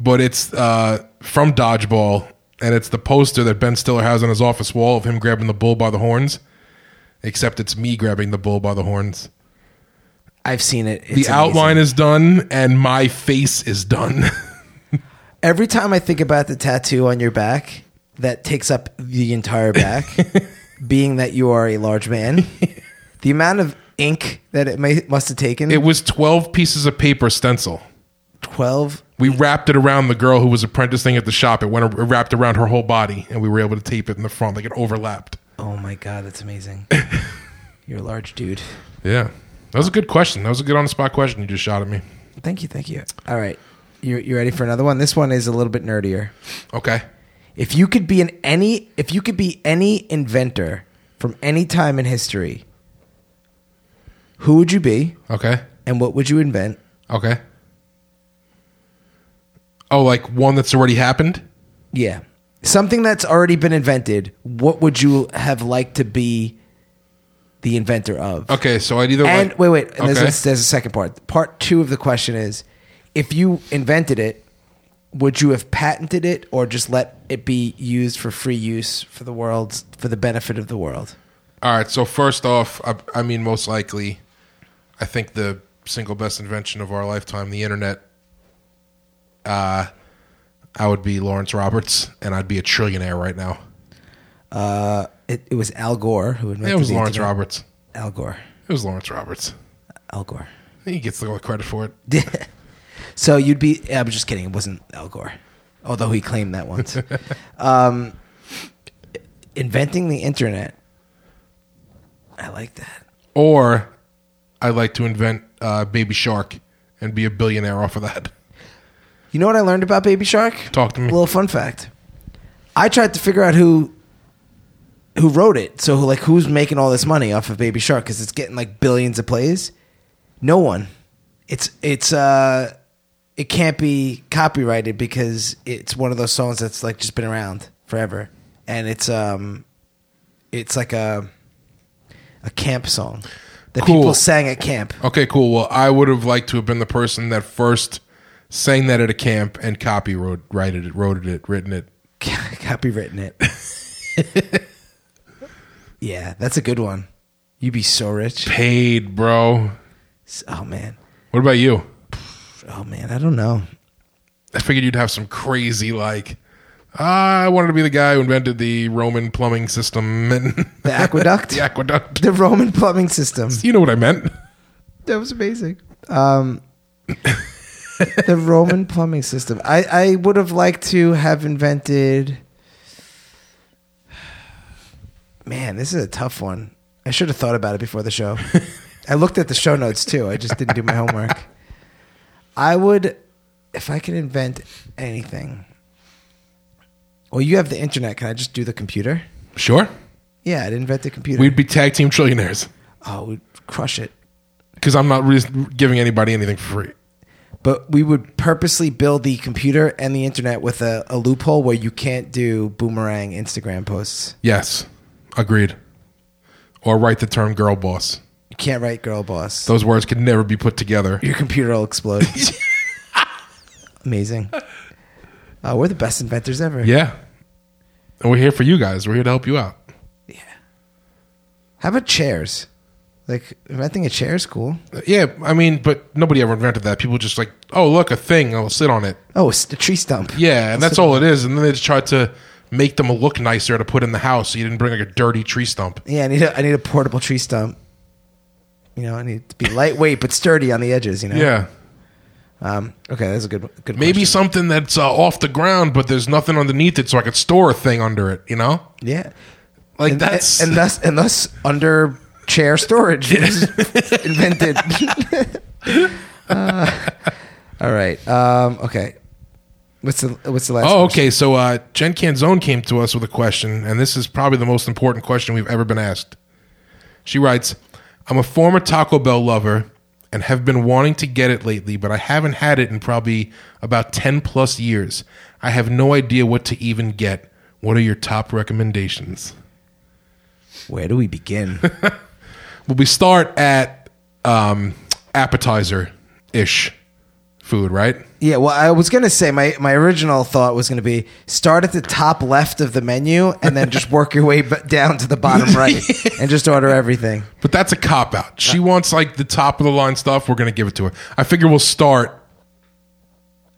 [SPEAKER 3] but it's uh, from Dodgeball, and it's the poster that Ben Stiller has on his office wall of him grabbing the bull by the horns. Except it's me grabbing the bull by the horns.
[SPEAKER 1] I've seen it. It's
[SPEAKER 3] the
[SPEAKER 1] amazing.
[SPEAKER 3] outline is done and my face is done.
[SPEAKER 1] Every time I think about the tattoo on your back that takes up the entire back, being that you are a large man, the amount of ink that it may, must have taken.
[SPEAKER 3] it was 12 pieces of paper stencil.
[SPEAKER 1] 12
[SPEAKER 3] We wrapped it around the girl who was apprenticing at the shop. It went it wrapped around her whole body and we were able to tape it in the front like it overlapped.
[SPEAKER 1] Oh my god, that's amazing. You're a large dude.
[SPEAKER 3] Yeah. That was a good question. That was a good on the spot question you just shot at me.
[SPEAKER 1] Thank you, thank you. All right. You you ready for another one? This one is a little bit nerdier.
[SPEAKER 3] Okay.
[SPEAKER 1] If you could be an any if you could be any inventor from any time in history, who would you be
[SPEAKER 3] Okay.
[SPEAKER 1] and what would you invent?
[SPEAKER 3] Okay. Oh, like one that's already happened?
[SPEAKER 1] Yeah. Something that's already been invented, what would you have liked to be the inventor of?
[SPEAKER 3] Okay, so I'd either
[SPEAKER 1] And
[SPEAKER 3] like-
[SPEAKER 1] wait, wait. And
[SPEAKER 3] okay.
[SPEAKER 1] there's, a, there's a second part. Part two of the question is: If you invented it, would you have patented it, or just let it be used for free use for the world, for the benefit of the world?
[SPEAKER 3] All right. So first off, I, I mean, most likely, I think the single best invention of our lifetime, the internet. Uh, I would be Lawrence Roberts, and I'd be a trillionaire right now.
[SPEAKER 1] Uh, it, it was Al Gore who invented
[SPEAKER 3] it was
[SPEAKER 1] the
[SPEAKER 3] Lawrence
[SPEAKER 1] internet.
[SPEAKER 3] Roberts.
[SPEAKER 1] Al Gore.
[SPEAKER 3] It was Lawrence Roberts.
[SPEAKER 1] Al Gore.
[SPEAKER 3] He gets the credit for it.
[SPEAKER 1] So you'd be. I'm just kidding. It wasn't Al Gore, although he claimed that once. um, inventing the internet. I like that.
[SPEAKER 3] Or I'd like to invent uh, Baby Shark and be a billionaire off of that.
[SPEAKER 1] You know what I learned about Baby Shark?
[SPEAKER 3] Talk to me.
[SPEAKER 1] A little fun fact. I tried to figure out who who wrote it. So like who's making all this money off of Baby Shark cuz it's getting like billions of plays? No one. It's it's uh it can't be copyrighted because it's one of those songs that's like just been around forever. And it's um it's like a a camp song that
[SPEAKER 3] Cool.
[SPEAKER 1] people sang at camp.
[SPEAKER 3] Okay, cool. Well, I would have liked to have been the person that first sang that at a camp and copyrighted it, wrote it, written it.
[SPEAKER 1] copywritten it. yeah, that's a good one. You'd be so rich.
[SPEAKER 3] Paid, bro.
[SPEAKER 1] S- Oh man.
[SPEAKER 3] What about you?
[SPEAKER 1] Oh man, I don't know.
[SPEAKER 3] I figured you'd have some crazy like. "Ah, I wanted to be the guy who invented the Roman plumbing system and
[SPEAKER 1] The aqueduct?
[SPEAKER 3] the aqueduct.
[SPEAKER 1] The Roman plumbing system.
[SPEAKER 3] You know what I meant.
[SPEAKER 1] That was amazing. Um the Roman plumbing system. I, I would have liked to have invented Man, this is a tough one. I should have thought about it before the show. I looked at the show notes too. I just didn't do my homework. I would, if I could invent anything. Well, you have the internet. Can I just do the computer?
[SPEAKER 3] Sure.
[SPEAKER 1] Yeah, I'd invent the computer.
[SPEAKER 3] We'd be tag team trillionaires
[SPEAKER 1] oh, we'd crush it.
[SPEAKER 3] because I'm not really giving anybody anything for free.
[SPEAKER 1] But we would purposely build the computer and the internet with a, a loophole where you can't do boomerang Instagram posts.
[SPEAKER 3] Yes. Agreed. Or write the term girl boss.
[SPEAKER 1] You can't write girl boss.
[SPEAKER 3] Those words could never be put together.
[SPEAKER 1] Your computer will explode. Amazing. Uh, we're the best inventors ever.
[SPEAKER 3] Yeah. And we're here for you guys. We're here to help you out.
[SPEAKER 1] How about chairs? Like inventing a chair is cool.
[SPEAKER 3] Yeah, I mean, but nobody ever invented that. People just like, oh, look, a thing. I'll sit on it.
[SPEAKER 1] Oh, it's a tree stump.
[SPEAKER 3] Yeah, and that's all it is. And then they just tried to make them look nicer to put in the house so you didn't bring like a dirty tree stump.
[SPEAKER 1] Yeah, I need a I need a portable tree stump. You know, I need it to be lightweight but sturdy on the edges. You know.
[SPEAKER 3] Yeah.
[SPEAKER 1] Um, okay, that's a good good.
[SPEAKER 3] Maybe
[SPEAKER 1] question.
[SPEAKER 3] something that's uh, off the ground, but there's nothing underneath it so I could store a thing under it, you know?
[SPEAKER 1] Yeah.
[SPEAKER 3] Like
[SPEAKER 1] and,
[SPEAKER 3] that's.
[SPEAKER 1] and thus and thus under chair storage was invented. Uh, all right. Um, okay. What's the what's the last?
[SPEAKER 3] Oh,
[SPEAKER 1] question?
[SPEAKER 3] okay. So uh, Jen Canzone came to us with a question, and this is probably the most important question we've ever been asked. She writes, "I'm a former Taco Bell lover and have been wanting to get it lately, but I haven't had it in probably about ten plus years. I have no idea what to even get. What are your top recommendations?"
[SPEAKER 1] Where do we begin?
[SPEAKER 3] Well, we start at um, appetizer ish food, right?
[SPEAKER 1] yeah. Well, I was gonna say my my original thought was gonna be start at the top left of the menu and then just work your way b- down to the bottom right and just order everything.
[SPEAKER 3] But that's a cop out. She wants like the top of the line stuff. We're gonna give it to her. I figure we'll start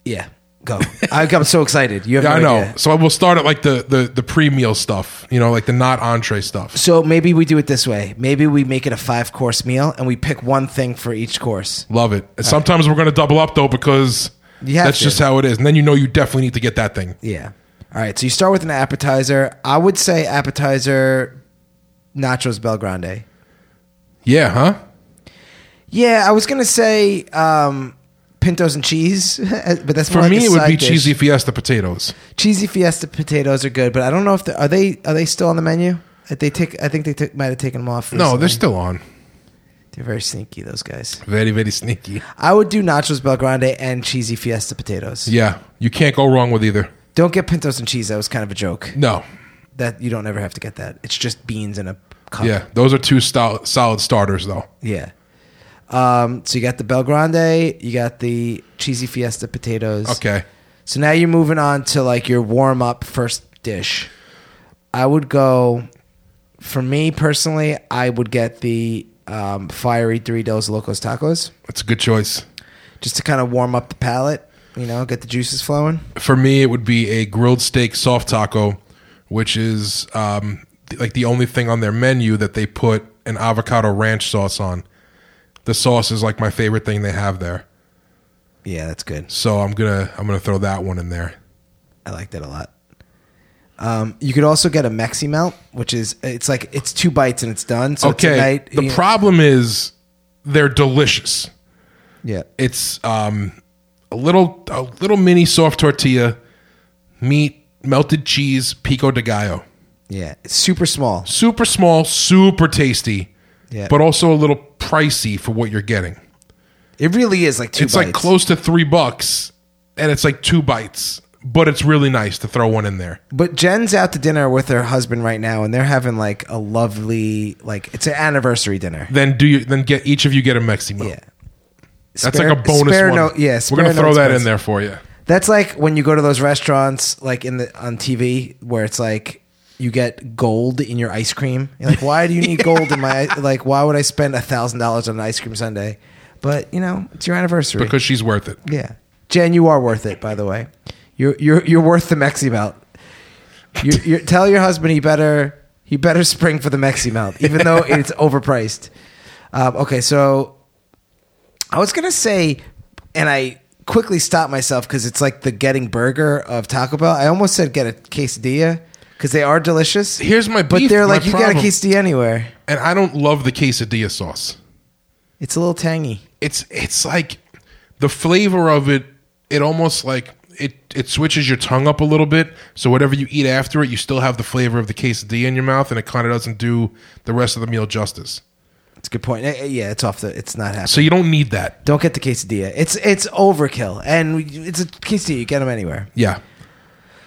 [SPEAKER 1] Yeah. Go. I, I'm so excited. You have
[SPEAKER 3] Yeah, I
[SPEAKER 1] no
[SPEAKER 3] know.
[SPEAKER 1] idea.
[SPEAKER 3] So I will start at like the the the pre meal stuff, you know, like the not entree stuff.
[SPEAKER 1] So maybe we do it this way. Maybe we make it a five course meal and we pick one thing for each course.
[SPEAKER 3] Love it. And sometimes we're gonna double up though because
[SPEAKER 1] You have
[SPEAKER 3] that's
[SPEAKER 1] to.
[SPEAKER 3] just how it is. And then you know you definitely need to get that thing.
[SPEAKER 1] Yeah. All right. So you start with an appetizer. I would say appetizer, nachos Belgrande.
[SPEAKER 3] Yeah, huh?
[SPEAKER 1] Yeah, I was gonna say um, pintos and cheese, but that's
[SPEAKER 3] For
[SPEAKER 1] more like
[SPEAKER 3] me,
[SPEAKER 1] a
[SPEAKER 3] it would
[SPEAKER 1] side
[SPEAKER 3] be
[SPEAKER 1] dish.
[SPEAKER 3] cheesy fiesta potatoes.
[SPEAKER 1] Cheesy fiesta potatoes are good, but I don't know if they are they are they still on the menu. Uh, They take. I think they took, might have taken them off.
[SPEAKER 3] No,
[SPEAKER 1] recently.
[SPEAKER 3] they're still on.
[SPEAKER 1] they're very sneaky. Those guys.
[SPEAKER 3] Very very sneaky.
[SPEAKER 1] I would do nachos Belgrande and cheesy fiesta potatoes.
[SPEAKER 3] Yeah, you can't go wrong with either.
[SPEAKER 1] Don't get pintos and cheese. That was kind of a joke.
[SPEAKER 3] No.
[SPEAKER 1] That you don't ever have to get that. It's just beans in a cup.
[SPEAKER 3] Yeah, those are two solid, solid starters though.
[SPEAKER 1] Yeah. Um, so you got the Belgrande, you got the cheesy fiesta potatoes.
[SPEAKER 3] Okay.
[SPEAKER 1] So now you're moving on to like your warm up first dish. I would go, for me personally, I would get the um, fiery Doritos Locos Tacos
[SPEAKER 3] That's a good choice.
[SPEAKER 1] just to kind of warm up the palate, you know, get the juices flowing.
[SPEAKER 3] For me, it would be a grilled steak soft taco, which is um, th- like the only thing on their menu that they put an avocado ranch sauce on. The sauce is like my favorite thing they have there,
[SPEAKER 1] Yeah, that's good.
[SPEAKER 3] so I'm gonna I'm gonna throw that one in there.
[SPEAKER 1] I like that a lot. Um, you could also get a Mexi melt, which is it's like it's two bites and it's done. So
[SPEAKER 3] okay.
[SPEAKER 1] tonight,
[SPEAKER 3] the problem is they're delicious.
[SPEAKER 1] yeah,
[SPEAKER 3] It's um, a little a little mini soft tortilla, meat, melted cheese, pico de gallo.
[SPEAKER 1] yeah, it's super small.
[SPEAKER 3] Super small, super tasty,
[SPEAKER 1] Yeah.
[SPEAKER 3] but also a little pricey for what you're getting.
[SPEAKER 1] It really is like two.
[SPEAKER 3] it's
[SPEAKER 1] bites.
[SPEAKER 3] like close to three bucks, and it's like two bites, but it's really nice to throw one in there.
[SPEAKER 1] But Jen's out to dinner with her husband right now, and they're having like a lovely like it's an anniversary dinner.
[SPEAKER 3] Then do you then get each of you get a Mexi melt.
[SPEAKER 1] Yeah,
[SPEAKER 3] That's
[SPEAKER 1] Spare-
[SPEAKER 3] like a bonus
[SPEAKER 1] spare
[SPEAKER 3] one.
[SPEAKER 1] no- yeah,
[SPEAKER 3] we're
[SPEAKER 1] spare
[SPEAKER 3] gonna throw
[SPEAKER 1] no
[SPEAKER 3] that
[SPEAKER 1] expense.
[SPEAKER 3] in there for you.
[SPEAKER 1] That's like when you go to those restaurants, like in the on TV, where it's like you get gold in your ice cream. You're like, why do you need gold in my? Like, why would I spend a thousand dollars on an ice cream sundae? But you know, it's your anniversary.
[SPEAKER 3] because she's worth it.
[SPEAKER 1] yeah, Jen, you are worth it. By the way, you're you're you're worth the Mexi melt. You you tell your husband he better he better spring for the Mexi melt, even though it's overpriced. Um, okay, so I was gonna say, and I quickly stopped myself because it's like the getting burger of Taco Bell. I almost said get a quesadilla because they are delicious.
[SPEAKER 3] Here's my
[SPEAKER 1] but
[SPEAKER 3] beef,
[SPEAKER 1] they're
[SPEAKER 3] my
[SPEAKER 1] like you got
[SPEAKER 3] problem.
[SPEAKER 1] a quesadilla anywhere.
[SPEAKER 3] And I don't love the quesadilla sauce.
[SPEAKER 1] It's a little tangy.
[SPEAKER 3] It's it's like the flavor of it. It almost like it it switches your tongue up a little bit. So whatever you eat after it, you still have the flavor of the quesadilla in your mouth, and it kind of doesn't do the rest of the meal justice.
[SPEAKER 1] It's a good point. Eh, eh, Yeah, it's off the. It's not happening.
[SPEAKER 3] So you don't need that.
[SPEAKER 1] Don't get the quesadilla. It's it's overkill, and we- it's a quesadilla. You get them anywhere.
[SPEAKER 3] Yeah.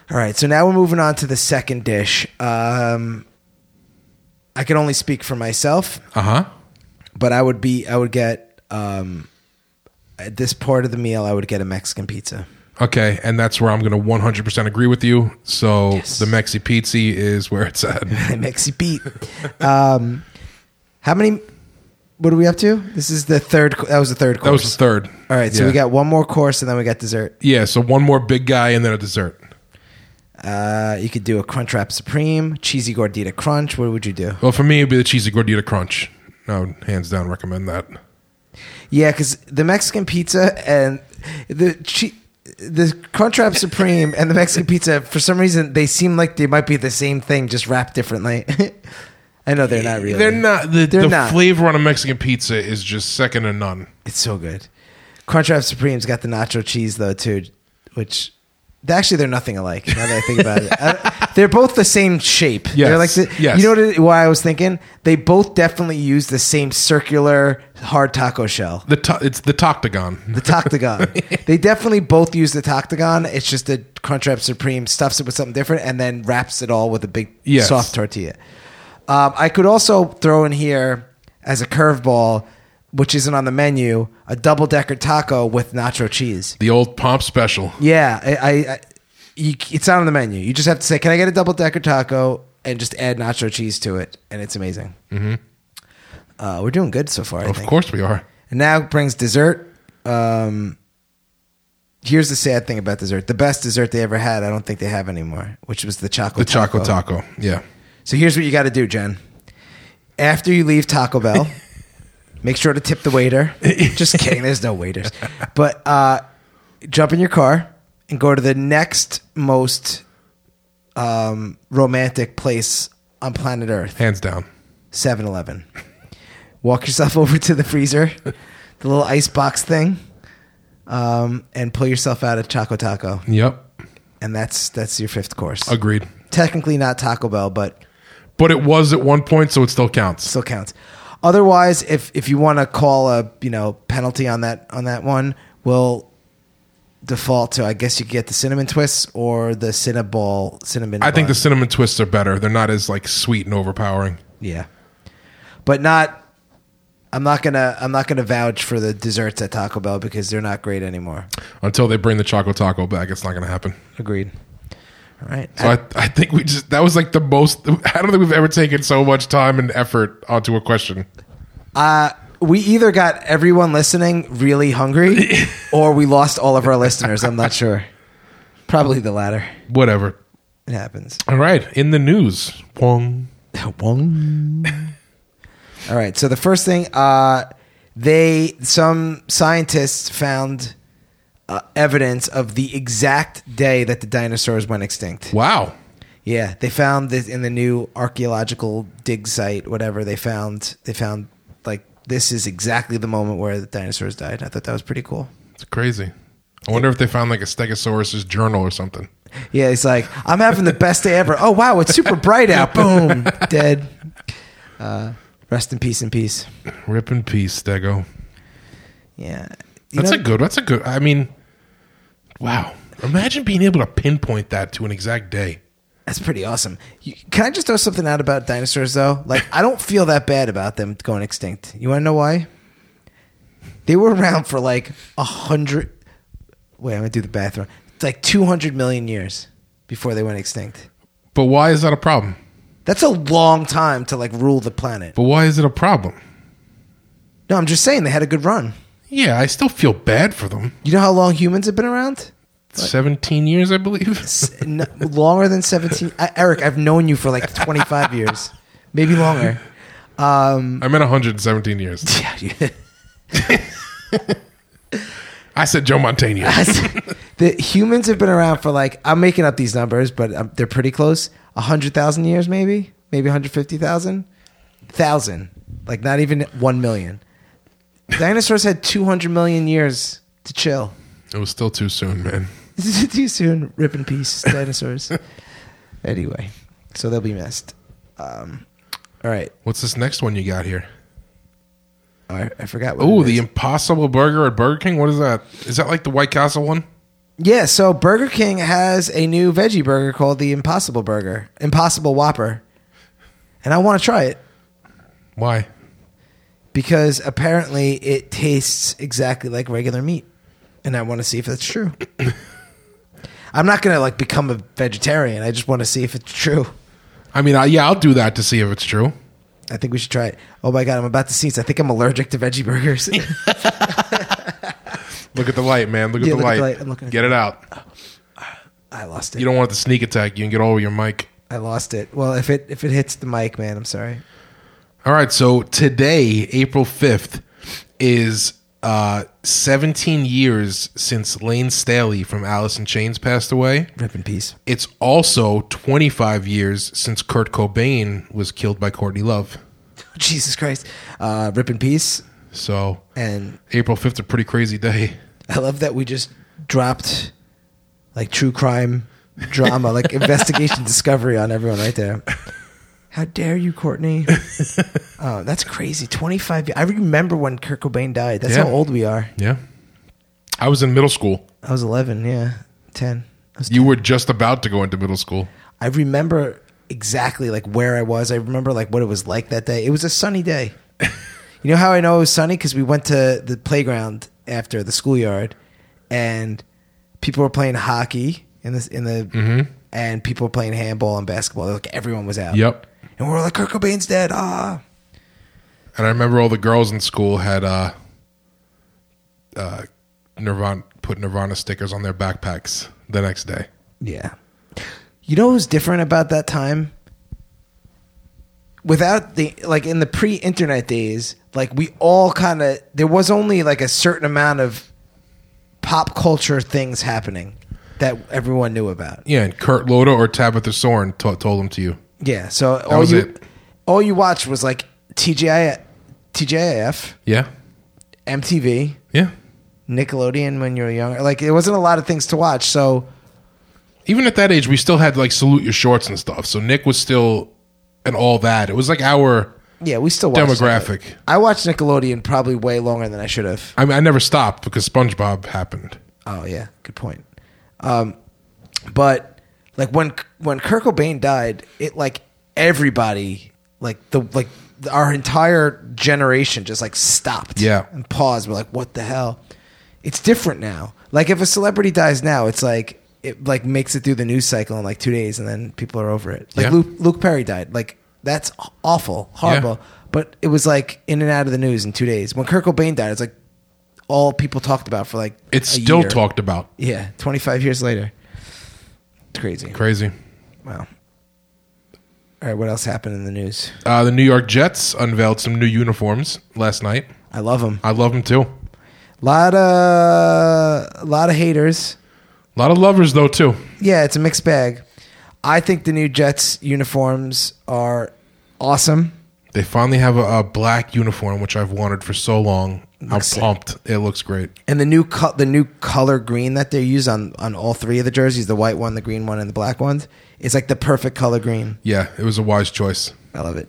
[SPEAKER 1] All right, so now we're moving on to the second dish. Um, I can only speak for myself,
[SPEAKER 3] Uh huh.
[SPEAKER 1] but I would be I would get um, at this part of the meal I would get a Mexican pizza.
[SPEAKER 3] Okay, and that's where I'm going to 100% agree with you. So the Mexi Pizza is where it's at.
[SPEAKER 1] A Mexi beat. um, how many? What are we up to? This is the third. co- That was the third
[SPEAKER 3] That
[SPEAKER 1] course.
[SPEAKER 3] was the third.
[SPEAKER 1] All right, so
[SPEAKER 3] Yeah.
[SPEAKER 1] we got one more course, and then we got dessert.
[SPEAKER 3] yeah. So one more big guy and then a dessert.
[SPEAKER 1] Uh, you could do a Crunch Wrap Supreme, cheesy gordita crunch. What would you do?
[SPEAKER 3] Well, for me, it'd be the cheesy gordita crunch. I would hands down recommend that.
[SPEAKER 1] Yeah, because the Mexican pizza and the che- the Crunchwrap Supreme and the Mexican pizza, for some reason, they seem like they might be the same thing, just wrapped differently. I know they're not really.
[SPEAKER 3] They're not the,
[SPEAKER 1] They're
[SPEAKER 3] the
[SPEAKER 1] not.
[SPEAKER 3] flavor on a Mexican pizza is just second to none.
[SPEAKER 1] It's so good. Crunchwrap Supreme's got the nacho cheese though too, which they- actually they're nothing alike. Now that I think about it, I- they're both the same shape. They're
[SPEAKER 3] Yes,
[SPEAKER 1] like the,
[SPEAKER 3] yes.
[SPEAKER 1] You know what it, why I was thinking? They both definitely use the same circular hard taco shell.
[SPEAKER 3] The to, it's the toctagon.
[SPEAKER 1] The Toctagon. they definitely both use the Toctagon. It's just that Crunchwrap Supreme stuffs it with something different and then wraps it all with a big
[SPEAKER 3] Yes.
[SPEAKER 1] soft tortilla. Um, I could also throw in here as a curveball, which isn't on the menu, a double decker taco with nacho cheese.
[SPEAKER 3] The old pomp special.
[SPEAKER 1] Yeah, I, I, I you, it's not on the menu. You just have to say, "Can I get a double decker taco?" and just add nacho cheese to it, and it's amazing. Mm-hmm. Uh, we're doing good so far. I
[SPEAKER 3] Of
[SPEAKER 1] think.
[SPEAKER 3] course we are.
[SPEAKER 1] And now brings dessert. Um, here's the sad thing about dessert: the best dessert they ever had, I don't think they have anymore, which was the
[SPEAKER 3] The
[SPEAKER 1] chocolate.
[SPEAKER 3] chocolate taco. Yeah.
[SPEAKER 1] So here's what you got to do, Jen. After you leave Taco Bell, make sure to tip the waiter. Just kidding. There's no waiters. But uh, jump in your car and go to the next most um, romantic place on planet Earth.
[SPEAKER 3] Hands down.
[SPEAKER 1] 7 Eleven. Walk yourself over to the freezer, the little ice box thing, um, and pull yourself out a Choco Taco.
[SPEAKER 3] Yep.
[SPEAKER 1] And that's that's your fifth course.
[SPEAKER 3] Agreed.
[SPEAKER 1] Technically not Taco Bell, but
[SPEAKER 3] But it was at one point, so it still counts.
[SPEAKER 1] still counts. Otherwise, if if you want to call a you know penalty on that on that one, we'll default to I guess you could get the cinnamon twists or the cinnaball cinnamon.
[SPEAKER 3] I think
[SPEAKER 1] bun.
[SPEAKER 3] the cinnamon twists are better. They're not as like sweet and overpowering.
[SPEAKER 1] Yeah, but not. I'm not gonna. I'm not gonna vouch for the desserts at Taco Bell because they're not great anymore.
[SPEAKER 3] Until they bring the choco taco back, it's not going to happen.
[SPEAKER 1] Agreed. All right.
[SPEAKER 3] So I, I think we just that was like the most. I don't think we've ever taken so much time and effort onto a question.
[SPEAKER 1] Uh, we either got everyone listening really hungry, or we lost all of our listeners. I'm not sure. Probably the latter.
[SPEAKER 3] Whatever.
[SPEAKER 1] It happens.
[SPEAKER 3] All right, in the news. Pong.
[SPEAKER 1] All right. So the first thing, uh, they some scientists found uh, evidence of the exact day that the dinosaurs went extinct.
[SPEAKER 3] Wow.
[SPEAKER 1] Yeah, they found this in the new archaeological dig site, whatever they found. They found like this is exactly the moment where the dinosaurs died. I thought that was pretty cool.
[SPEAKER 3] It's crazy. I wonder if they found like a Stegosaurus's journal or something.
[SPEAKER 1] Yeah, it's like I'm having the best day ever. Oh wow, it's super bright out. Boom, dead. Uh, rest in peace, in peace.
[SPEAKER 3] Rip in peace, Stego.
[SPEAKER 1] Yeah, You
[SPEAKER 3] That's
[SPEAKER 1] know-
[SPEAKER 3] a good. That's a good. I mean, wow. Imagine being able to pinpoint that to an exact day.
[SPEAKER 1] That's pretty awesome. You, can I just throw something out about dinosaurs, though? Like, I don't feel that bad about them going extinct. You want to know why? They were around for like a hundred. Wait, I'm gonna do the bathroom. It's like 200 million years before they went extinct.
[SPEAKER 3] But why is that a problem?
[SPEAKER 1] That's a long time to like rule the planet.
[SPEAKER 3] But why is it a problem?
[SPEAKER 1] No, I'm just saying they had a good run.
[SPEAKER 3] Yeah, I still feel bad for them.
[SPEAKER 1] You know how long humans have been around?
[SPEAKER 3] Seventeen years, I believe.
[SPEAKER 1] S- n- longer than 17. I, Eric, I've known you for like 25 years, maybe longer.
[SPEAKER 3] I meant 117 years. I said Joe Montaigne.
[SPEAKER 1] the humans have been around for like I'm making up these numbers, but um, they're pretty close. hundred thousand years, maybe, maybe 150,000, thousand, like not even one million. Dinosaurs had 200 million years to chill.
[SPEAKER 3] It was still too soon, man.
[SPEAKER 1] Too soon, rip in peace, dinosaurs. anyway, so they'll be missed. Um, all right,
[SPEAKER 3] What's this next one you got here?
[SPEAKER 1] all right, I forgot. What
[SPEAKER 3] Oh,
[SPEAKER 1] it
[SPEAKER 3] the
[SPEAKER 1] is.
[SPEAKER 3] Impossible Burger at Burger King. What is that? Is that like the White Castle one?
[SPEAKER 1] Yeah, so Burger King has a new veggie burger called the Impossible Burger, Impossible Whopper. And I want to try it
[SPEAKER 3] Why?
[SPEAKER 1] because apparently it tastes exactly like regular meat. And I want to see if that's true. I'm not going to like become a vegetarian. I just want to see if it's true.
[SPEAKER 3] I mean, I, yeah, I'll do that to see if it's true.
[SPEAKER 1] I think we should try it. Oh my God, I'm about to sneeze. I think I'm allergic to veggie burgers.
[SPEAKER 3] Look at the light, man. Look at
[SPEAKER 1] Yeah,
[SPEAKER 3] the
[SPEAKER 1] look at
[SPEAKER 3] light.
[SPEAKER 1] the light. I'm looking at
[SPEAKER 3] Get
[SPEAKER 1] the
[SPEAKER 3] it out.
[SPEAKER 1] I lost it.
[SPEAKER 3] You don't want the sneak attack. You can get all over your mic.
[SPEAKER 1] I lost it. Well, if it if it hits the mic, man, I'm sorry.
[SPEAKER 3] All right, so today, April 5th, is uh, 17 years since Lane Staley from Alice in Chains passed away.
[SPEAKER 1] Rip in peace.
[SPEAKER 3] It's also 25 years since Kurt Cobain was killed by Courtney Love.
[SPEAKER 1] Jesus Christ. Uh, rip in peace.
[SPEAKER 3] So
[SPEAKER 1] And
[SPEAKER 3] April 5th, a pretty crazy day.
[SPEAKER 1] I love that we just dropped like true crime drama, like investigation discovery on everyone right there. How dare you, Courtney? oh, that's crazy. 25 years. I remember when Kurt Cobain died. That's how
[SPEAKER 3] Yeah.
[SPEAKER 1] old we are.
[SPEAKER 3] Yeah. I was in middle school.
[SPEAKER 1] I was 11, yeah, 10. I, was-
[SPEAKER 3] You were just about to go into middle school.
[SPEAKER 1] I remember exactly like where I was. I remember like what it was like that day. It was a sunny day. you know how I know it was sunny? Because we went to the playground after the schoolyard and people were playing hockey in this in the and people were playing handball and basketball. Like everyone was out.
[SPEAKER 3] Yep.
[SPEAKER 1] And we were like, Kurt Cobain's dead. Ah.
[SPEAKER 3] And I remember all the girls in school had uh, uh, Nirvana put Nirvana stickers on their backpacks the next day.
[SPEAKER 1] Yeah. You know what's different about that time? Without the like in the pre-internet days, like we all kind of there was only like a certain amount of pop culture things happening that everyone knew about.
[SPEAKER 3] Yeah, and Kurt Loda or Tabitha Soren to told them to you.
[SPEAKER 1] Yeah, so all
[SPEAKER 3] was
[SPEAKER 1] you
[SPEAKER 3] it.
[SPEAKER 1] all you watched was like TGI TGIF,
[SPEAKER 3] Yeah.
[SPEAKER 1] MTV,
[SPEAKER 3] Yeah.
[SPEAKER 1] Nickelodeon when you were younger. Like it wasn't a lot of things to watch, so
[SPEAKER 3] Even at that age, we still had like salute your shorts and stuff. So Nick was still and all that. It was like our.
[SPEAKER 1] yeah, we still watched
[SPEAKER 3] Demographic.
[SPEAKER 1] Nickelodeon. I watched Nickelodeon probably way longer than I should have.
[SPEAKER 3] I mean, I never stopped because SpongeBob happened.
[SPEAKER 1] Oh yeah, good point. Um, but like when when Kurt Cobain died, it like everybody like the like our entire generation just like stopped.
[SPEAKER 3] Yeah.
[SPEAKER 1] and paused. We're like, what the hell? It's different now. Like if a celebrity dies now, it's like it like makes it through the news cycle in like two days, and then people are over it. Like
[SPEAKER 3] Yeah.
[SPEAKER 1] Luke, Luke Perry died. Like that's awful, horrible. But it was like in and out of the news in two days. When Kurt Cobain died, it's like all people talked about for like
[SPEAKER 3] It's
[SPEAKER 1] a
[SPEAKER 3] still
[SPEAKER 1] year.
[SPEAKER 3] talked about.
[SPEAKER 1] Yeah, 25 years later. It's crazy.
[SPEAKER 3] Crazy.
[SPEAKER 1] Wow. All right, what else happened in the news?
[SPEAKER 3] Uh, the New York Jets unveiled some new uniforms last night.
[SPEAKER 1] I love them.
[SPEAKER 3] I love them too. A
[SPEAKER 1] Lot of lot of haters.
[SPEAKER 3] lot of lovers though too.
[SPEAKER 1] Yeah, it's a mixed bag. I think the new Jets uniforms are awesome.
[SPEAKER 3] They finally have a, a black uniform, which I've wanted for so long.
[SPEAKER 1] Looks
[SPEAKER 3] I'm
[SPEAKER 1] sick.
[SPEAKER 3] pumped. It looks great.
[SPEAKER 1] And the new co- the new color green that they use on on all three of the jerseys, the white one, the green one, and the black ones, is like the perfect color green.
[SPEAKER 3] Yeah, it was a wise choice.
[SPEAKER 1] I love it.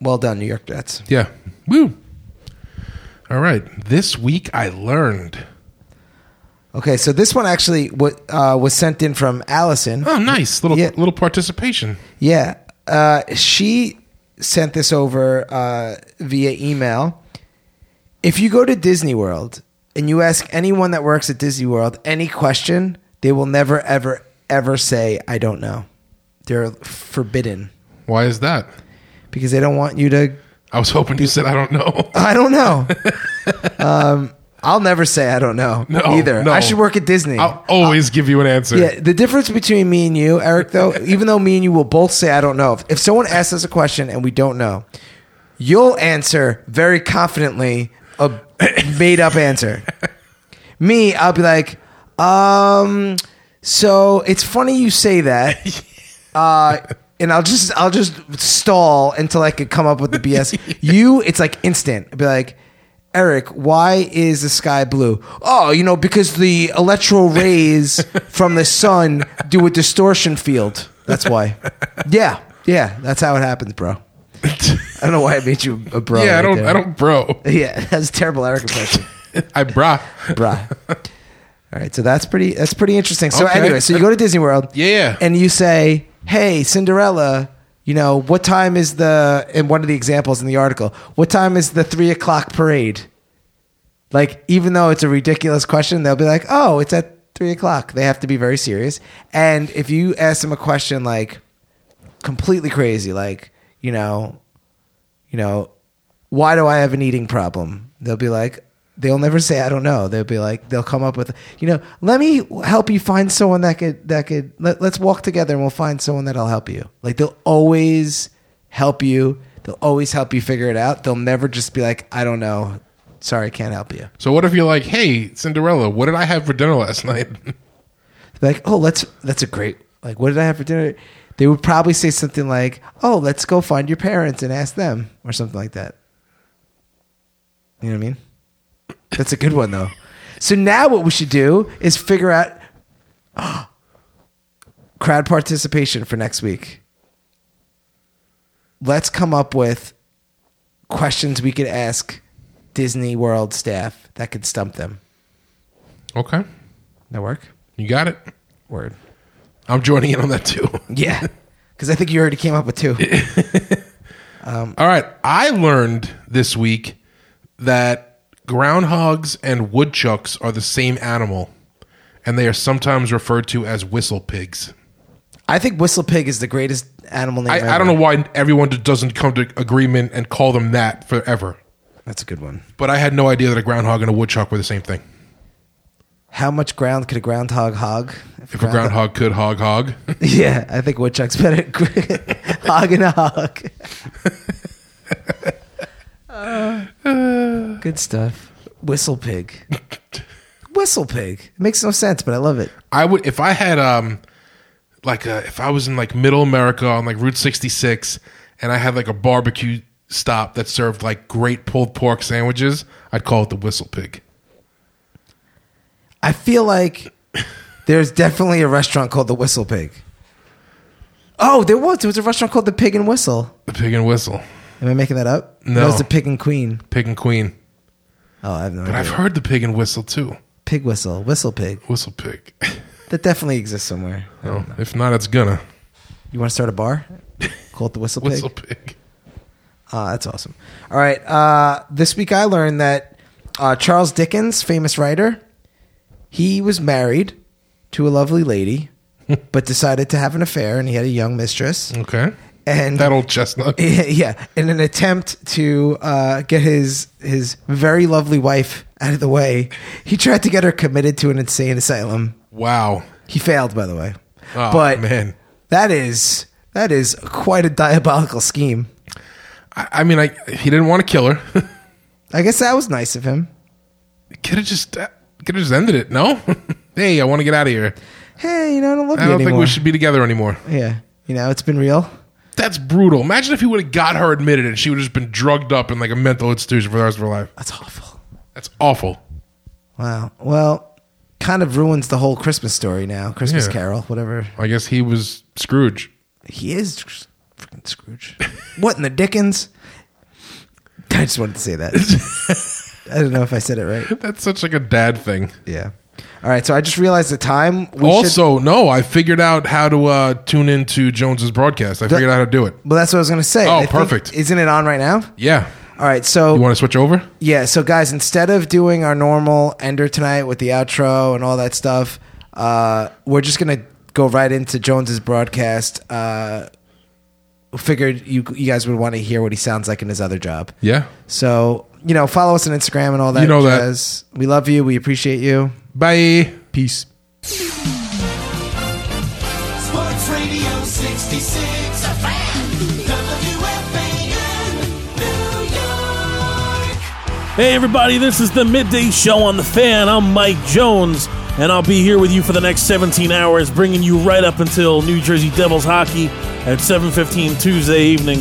[SPEAKER 1] Well done, New York Jets.
[SPEAKER 3] Yeah. Woo. All right. This week I learned.
[SPEAKER 1] Okay, so this one actually wa- uh, was sent in from Allison.
[SPEAKER 3] Oh, nice little
[SPEAKER 1] Yeah.
[SPEAKER 3] little participation.
[SPEAKER 1] Yeah, uh, she sent this over uh, via email. If you go to Disney World and you ask anyone that works at Disney World any question, they will never, ever, ever say "I don't know." They're forbidden
[SPEAKER 3] Why is that?
[SPEAKER 1] because they don't want you to
[SPEAKER 3] I was hoping you said I don't know.
[SPEAKER 1] I don't know. um, I'll never say I don't know
[SPEAKER 3] No,
[SPEAKER 1] either.
[SPEAKER 3] no.
[SPEAKER 1] I should work at Disney. Uh,
[SPEAKER 3] I'll always give you an answer.
[SPEAKER 1] yeah, the difference between me and you, Eric, though, even though me and you will both say I don't know, if, if someone asks us a question and we don't know, you'll answer very confidently a made up answer. Me, I'll be like, um, so it's funny you say that. Uh, and I'll just I'll just stall until I could come up with the BS. You, it's like instant. I'd be like, Eric, why is the sky blue? Oh, you know, because the electro rays from the sun do a distortion field. That's why. Yeah, yeah, that's how it happens, bro. I don't know why I made you a bro.
[SPEAKER 3] yeah, I
[SPEAKER 1] right
[SPEAKER 3] don't.
[SPEAKER 1] there.
[SPEAKER 3] I don't, bro.
[SPEAKER 1] Yeah, that's a terrible Eric impression,
[SPEAKER 3] I brah.
[SPEAKER 1] bruh. All right, so that's pretty. That's pretty interesting. So
[SPEAKER 3] Okay.
[SPEAKER 1] anyway, so you go to Disney World,
[SPEAKER 3] Yeah.
[SPEAKER 1] and you say, "Hey, Cinderella, you know what time is the?" And one of the examples in the article, what time is the three o'clock parade? Like, even though it's a ridiculous question, they'll be like, "Oh, it's at three o'clock." They have to be very serious. And if you ask them a question like completely crazy, like you know, you know, why do I have an eating problem? They'll be like, they'll never say I don't know. They'll be like, they'll come up with, you know, let me help you find someone that could that could let, let's walk together and we'll find someone that'll help you. Like they'll always help you. They'll always help you figure it out. They'll never just be like, I don't know. Sorry, can't help you.
[SPEAKER 3] So what if you're like, hey, Cinderella, what did I have for dinner last night?
[SPEAKER 1] like, oh, let's that's a great like what did I have for dinner? They would probably say something like, Oh, let's go find your parents and ask them or something like that. You know what I mean? That's a good one though. So now what we should do is figure out crowd participation for next week. Let's come up with questions we could ask Disney World staff that could stump them.
[SPEAKER 3] okay,
[SPEAKER 1] That work?
[SPEAKER 3] you got it.
[SPEAKER 1] Word.
[SPEAKER 3] I'm joining in on that too.
[SPEAKER 1] Yeah, because I think you already came up with two.
[SPEAKER 3] All right, I learned this week that groundhogs and woodchucks are the same animal, and they are sometimes referred to as whistle pigs.
[SPEAKER 1] I think whistle pig is the greatest animal name.
[SPEAKER 3] I, I
[SPEAKER 1] ever.
[SPEAKER 3] don't know why everyone doesn't come to agreement and call them that forever.
[SPEAKER 1] That's a good one.
[SPEAKER 3] But I had no idea that a groundhog and a woodchuck were the same thing.
[SPEAKER 1] How much ground could a groundhog hog?
[SPEAKER 3] If a groundhog could hog hog,
[SPEAKER 1] yeah, I think woodchuck's better. hog and a hog. Uh, good stuff. Whistle pig. Whistle pig makes no sense, but I love it.
[SPEAKER 3] I would. If I had um, like uh if I was in like Middle America on like Route 66, and I had like a barbecue stop that served like great pulled pork sandwiches, I'd call it the whistle pig.
[SPEAKER 1] I feel like there's definitely a restaurant called the Whistle Pig. Oh, there was. There was a restaurant called the Pig and Whistle.
[SPEAKER 3] The pig and whistle,
[SPEAKER 1] Am I making that up?
[SPEAKER 3] No.
[SPEAKER 1] That was the pig and queen.
[SPEAKER 3] pig and queen.
[SPEAKER 1] Oh, I have no
[SPEAKER 3] But I've
[SPEAKER 1] idea.
[SPEAKER 3] heard the pig and whistle too.
[SPEAKER 1] Pig whistle, whistle pig.
[SPEAKER 3] Whistle pig.
[SPEAKER 1] That definitely exists somewhere.
[SPEAKER 3] Oh, if not, it's gonna
[SPEAKER 1] You want to start a bar? Call it the whistle pig.
[SPEAKER 3] whistle pig.
[SPEAKER 1] Ah, that's awesome. All right. Uh, this week I learned that uh, Charles Dickens, famous writer, he was married to a lovely lady, but decided to have an affair, and he had a young mistress.
[SPEAKER 3] Okay,
[SPEAKER 1] And
[SPEAKER 3] that old chestnut.
[SPEAKER 1] yeah, in an attempt to uh, get his his very lovely wife out of the way, he tried to get her committed to an insane asylum.
[SPEAKER 3] Wow.
[SPEAKER 1] He failed, by the way.
[SPEAKER 3] Oh,
[SPEAKER 1] but
[SPEAKER 3] man.
[SPEAKER 1] that is that is quite a diabolical scheme.
[SPEAKER 3] I, I mean, I he didn't want to kill her.
[SPEAKER 1] I guess that was nice of him.
[SPEAKER 3] uh, could have just could have just ended it. No, hey, I want to get out of here.
[SPEAKER 1] hey, you know, I don't love
[SPEAKER 3] I
[SPEAKER 1] you
[SPEAKER 3] don't
[SPEAKER 1] anymore.
[SPEAKER 3] think we should be together anymore.
[SPEAKER 1] Yeah, you know, it's been real.
[SPEAKER 3] That's brutal. Imagine if he would have got her admitted and she would have just been drugged up in like a mental institution for the rest of her life.
[SPEAKER 1] That's awful.
[SPEAKER 3] That's awful.
[SPEAKER 1] Wow. Well, kind of ruins the whole Christmas story now. Christmas
[SPEAKER 3] Yeah.
[SPEAKER 1] Carol, whatever.
[SPEAKER 3] I guess he was Scrooge.
[SPEAKER 1] He is Sc- freaking Scrooge. what in the dickens? I just wanted to say that. I don't know if I said it right.
[SPEAKER 3] That's such like a dad thing.
[SPEAKER 1] Yeah. All right. So I just realized the time. We should,
[SPEAKER 3] also, no, I figured out how to uh, tune into Jones's broadcast. I figured out how to do it.
[SPEAKER 1] well, that's what I was going to say.
[SPEAKER 3] Oh,
[SPEAKER 1] I think-
[SPEAKER 3] perfect.
[SPEAKER 1] isn't it on right now?
[SPEAKER 3] Yeah.
[SPEAKER 1] All right. So
[SPEAKER 3] You want to switch over?
[SPEAKER 1] Yeah, so guys, instead of doing our normal ender tonight with the outro and all that stuff, uh, we're just gonna go right into Jones's broadcast. Uh, figured you you guys would want to hear what he sounds like in his other job.
[SPEAKER 3] Yeah.
[SPEAKER 1] So you know, follow us on Instagram and all that.
[SPEAKER 3] You know that.
[SPEAKER 1] jazz. we love you. We appreciate you.
[SPEAKER 3] Bye.
[SPEAKER 1] Peace.
[SPEAKER 7] Sports Radio 66 WFAN New York
[SPEAKER 6] Hey, everybody, this is the Midday Show on The Fan. I'm Mike Jones, and I'll be here with you for the next 17 hours, bringing you right up until New Jersey Devils hockey at 7.15 Tuesday evening,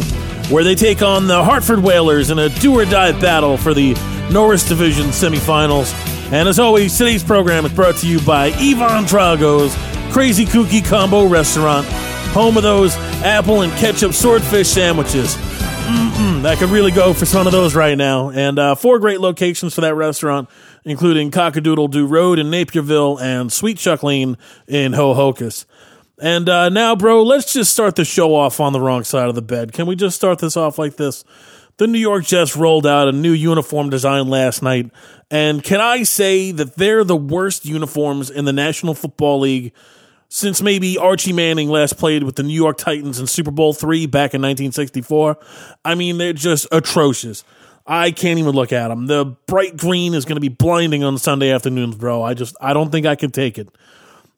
[SPEAKER 6] where they take on the Hartford Whalers in a do-or-die battle for the Norris Division semifinals. And as always, today's program is brought to you by Ivan Drago's Crazy Kooky Combo Restaurant, home of those apple and ketchup swordfish sandwiches. I could really go for some of those right now. And uh, four great locations for that restaurant, including Cockadoodle Doo Road in Naperville and Sweet Chuck Lane in Hohokus. And uh, now, bro, let's just start the show off on the wrong side of the bed. Can we just start this off like this? The New York Jets rolled out a new uniform design last night. And can I say that they're the worst uniforms in the National Football League since maybe Archie Manning last played with the New York Titans in Super Bowl three back in 1964. I mean, they're just atrocious. I can't even look at them. The bright green is going to be blinding on Sunday afternoons, bro. I just, I don't think I can take it.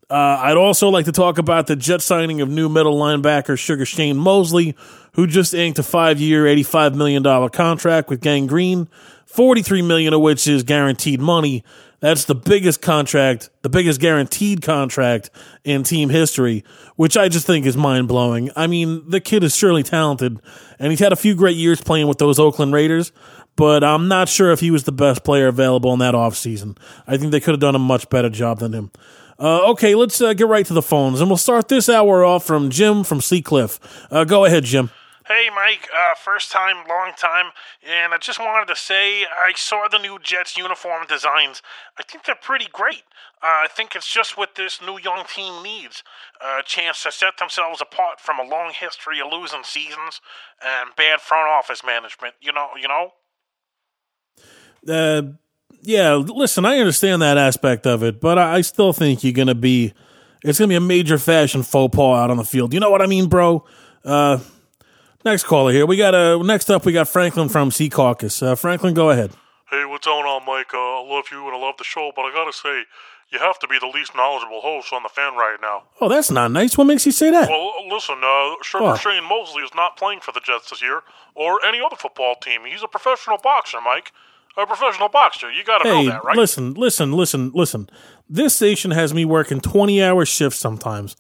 [SPEAKER 6] Uh, I'd also like to talk about the jet signing of new middle linebacker Sugar Shane Mosley, who just inked a five-year, eighty-five million dollar contract with Gang Green, forty-three million of which is guaranteed money. That's the biggest contract, the biggest guaranteed contract in team history, which I just think is mind blowing. I mean, the kid is surely talented, and he's had a few great years playing with those Oakland Raiders but I'm not sure if he was the best player available in that offseason. I think they could have done a much better job than him. Uh, okay, let's uh, get right to the phones, and we'll start this hour off from Jim from Sea Cliff. Uh, go ahead, Jim.
[SPEAKER 8] Hey, Mike. Uh, first time, long time. And I just wanted to say I saw the new Jets uniform designs. I think they're pretty great. Uh, I think it's just what this new young team needs uh, a chance to set themselves apart from a long history of losing seasons and bad front office management. You know, you know?
[SPEAKER 6] Uh, yeah, listen, I understand that aspect of it, but I, I still think you're going to be. It's going to be a major fashion faux pas out on the field. You know what I mean, bro? Uh, next caller here. We got uh, next up. We got Franklin from Sea Caucus. Uh, Franklin, go ahead.
[SPEAKER 8] Hey, what's going on, Mike? Uh, I love you and I love the show, but I gotta say, you have to be the least knowledgeable host on the fan right now.
[SPEAKER 6] Oh, that's not nice. What makes you say that?
[SPEAKER 8] Well, listen, uh, Sugar
[SPEAKER 6] Oh.
[SPEAKER 8] Shane Mosley is not playing for the Jets this year or any other football team. He's a professional boxer, Mike. A professional boxer. You got to
[SPEAKER 6] hey,
[SPEAKER 8] know that, right?
[SPEAKER 6] listen, listen, listen, listen. This station has me working 20 hour shifts sometimes.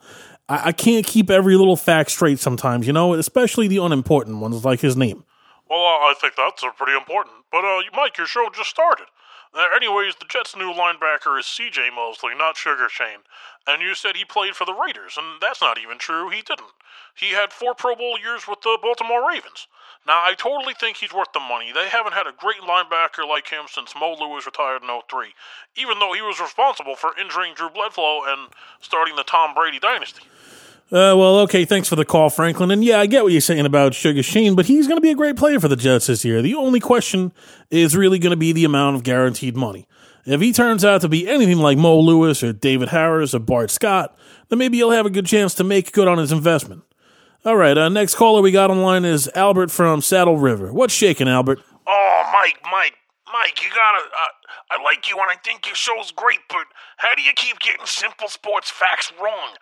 [SPEAKER 6] I, I can't keep every little fact straight sometimes, you know, especially the unimportant ones like his name.
[SPEAKER 8] Well, uh, I think that's uh, pretty important. But, uh, Mike, your show just started. Uh, anyways, the Jets' new linebacker is C.J. Mosley, not Sugar Shane. And you said he played for the Raiders, and that's not even true. He didn't. He had four Pro Bowl years with the Baltimore Ravens. Now, I totally think he's worth the money. They haven't had a great linebacker like him since Mo Lewis retired in 03, even though he was responsible for injuring Drew Bledsoe and starting the Tom Brady dynasty.
[SPEAKER 6] Uh, well, okay, thanks for the call, Franklin. And yeah, I get what you're saying about Sugar Shane, but he's going to be a great player for the Jets this year. The only question is really going to be the amount of guaranteed money. If he turns out to be anything like Mo Lewis or David Harris or Bart Scott, then maybe he'll have a good chance to make good on his investment. All right, uh, next caller we got online is Albert from Saddle River. What's shaking, Albert?
[SPEAKER 8] Oh, Mike, Mike, Mike, you gotta. Uh, I like you and I think your show's great, but how do you keep getting simple sports facts wrong?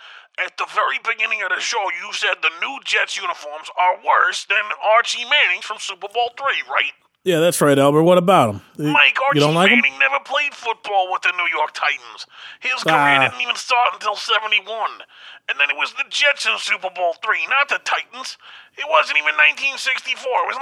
[SPEAKER 8] At the very beginning of the show, you said the new Jets uniforms are worse than Archie Manning's from Super Bowl three, right?
[SPEAKER 6] Yeah, that's right, Albert. What about him?
[SPEAKER 8] Mike,
[SPEAKER 6] you
[SPEAKER 8] Archie
[SPEAKER 6] don't like him?
[SPEAKER 8] Manning never played football with the New York Titans. His career
[SPEAKER 6] Ah.
[SPEAKER 8] didn't even start until 71. And then it was the Jets in Super Bowl three, not the Titans. It wasn't even 1964, it was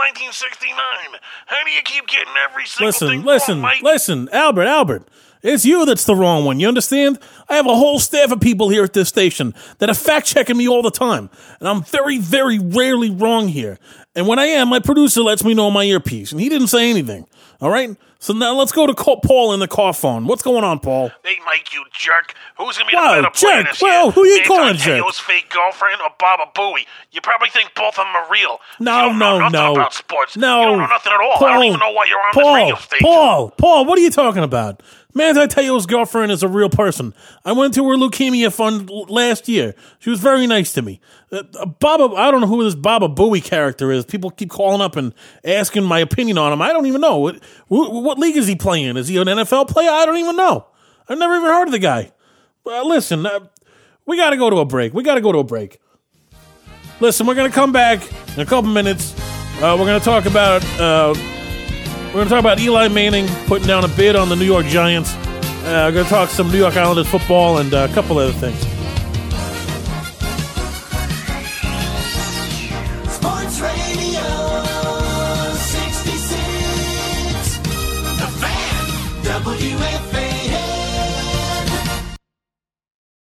[SPEAKER 8] 1969. How do you keep getting every single
[SPEAKER 6] Listen,
[SPEAKER 8] thing
[SPEAKER 6] listen,
[SPEAKER 8] wrong, Mike?
[SPEAKER 6] listen, Albert, Albert. It's you that's the wrong one. You understand? I have a whole staff of people here at this station that are fact checking me all the time, and I'm very, very rarely wrong here. And when I am, my producer lets me know in my earpiece, and he didn't say anything. All right. So now let's go to call Paul in the car phone. What's going on, Paul?
[SPEAKER 8] Hey, Mike, you jerk. Who's going to be
[SPEAKER 6] Wow,
[SPEAKER 8] the better player
[SPEAKER 6] jerk.
[SPEAKER 8] this year?
[SPEAKER 6] Well, who you
[SPEAKER 8] Nancy
[SPEAKER 6] calling jerk?
[SPEAKER 8] Teo's fake girlfriend or Baba Booey? You probably think both of them are real.
[SPEAKER 6] No,
[SPEAKER 8] you don't know
[SPEAKER 6] no,
[SPEAKER 8] nothing
[SPEAKER 6] no.
[SPEAKER 8] about sports.
[SPEAKER 6] No.
[SPEAKER 8] You don't know nothing at all. I
[SPEAKER 6] Paul,
[SPEAKER 8] don't even know why you're on
[SPEAKER 6] Paul,
[SPEAKER 8] this radio station.
[SPEAKER 6] Paul, Paul, what are you talking about? Man, I tell you, his girlfriend is a real person. I went to her leukemia fund l- last year. She was very nice to me. Uh, uh, Baba, I don't know who this Baba Booey character is. People keep calling up and asking my opinion on him. I don't even know. What, wh- what league is he playing? Is he an NFL player? I don't even know. I've never even heard of the guy. Uh, listen, uh, we got to go to a break. We got to go to a break. Listen, we're gonna come back in a couple minutes. Uh, we're gonna talk about uh, we're gonna talk about Eli Manning putting down a bid on the New York Giants. Uh, we're gonna talk some New York Islanders football and uh, a couple other things.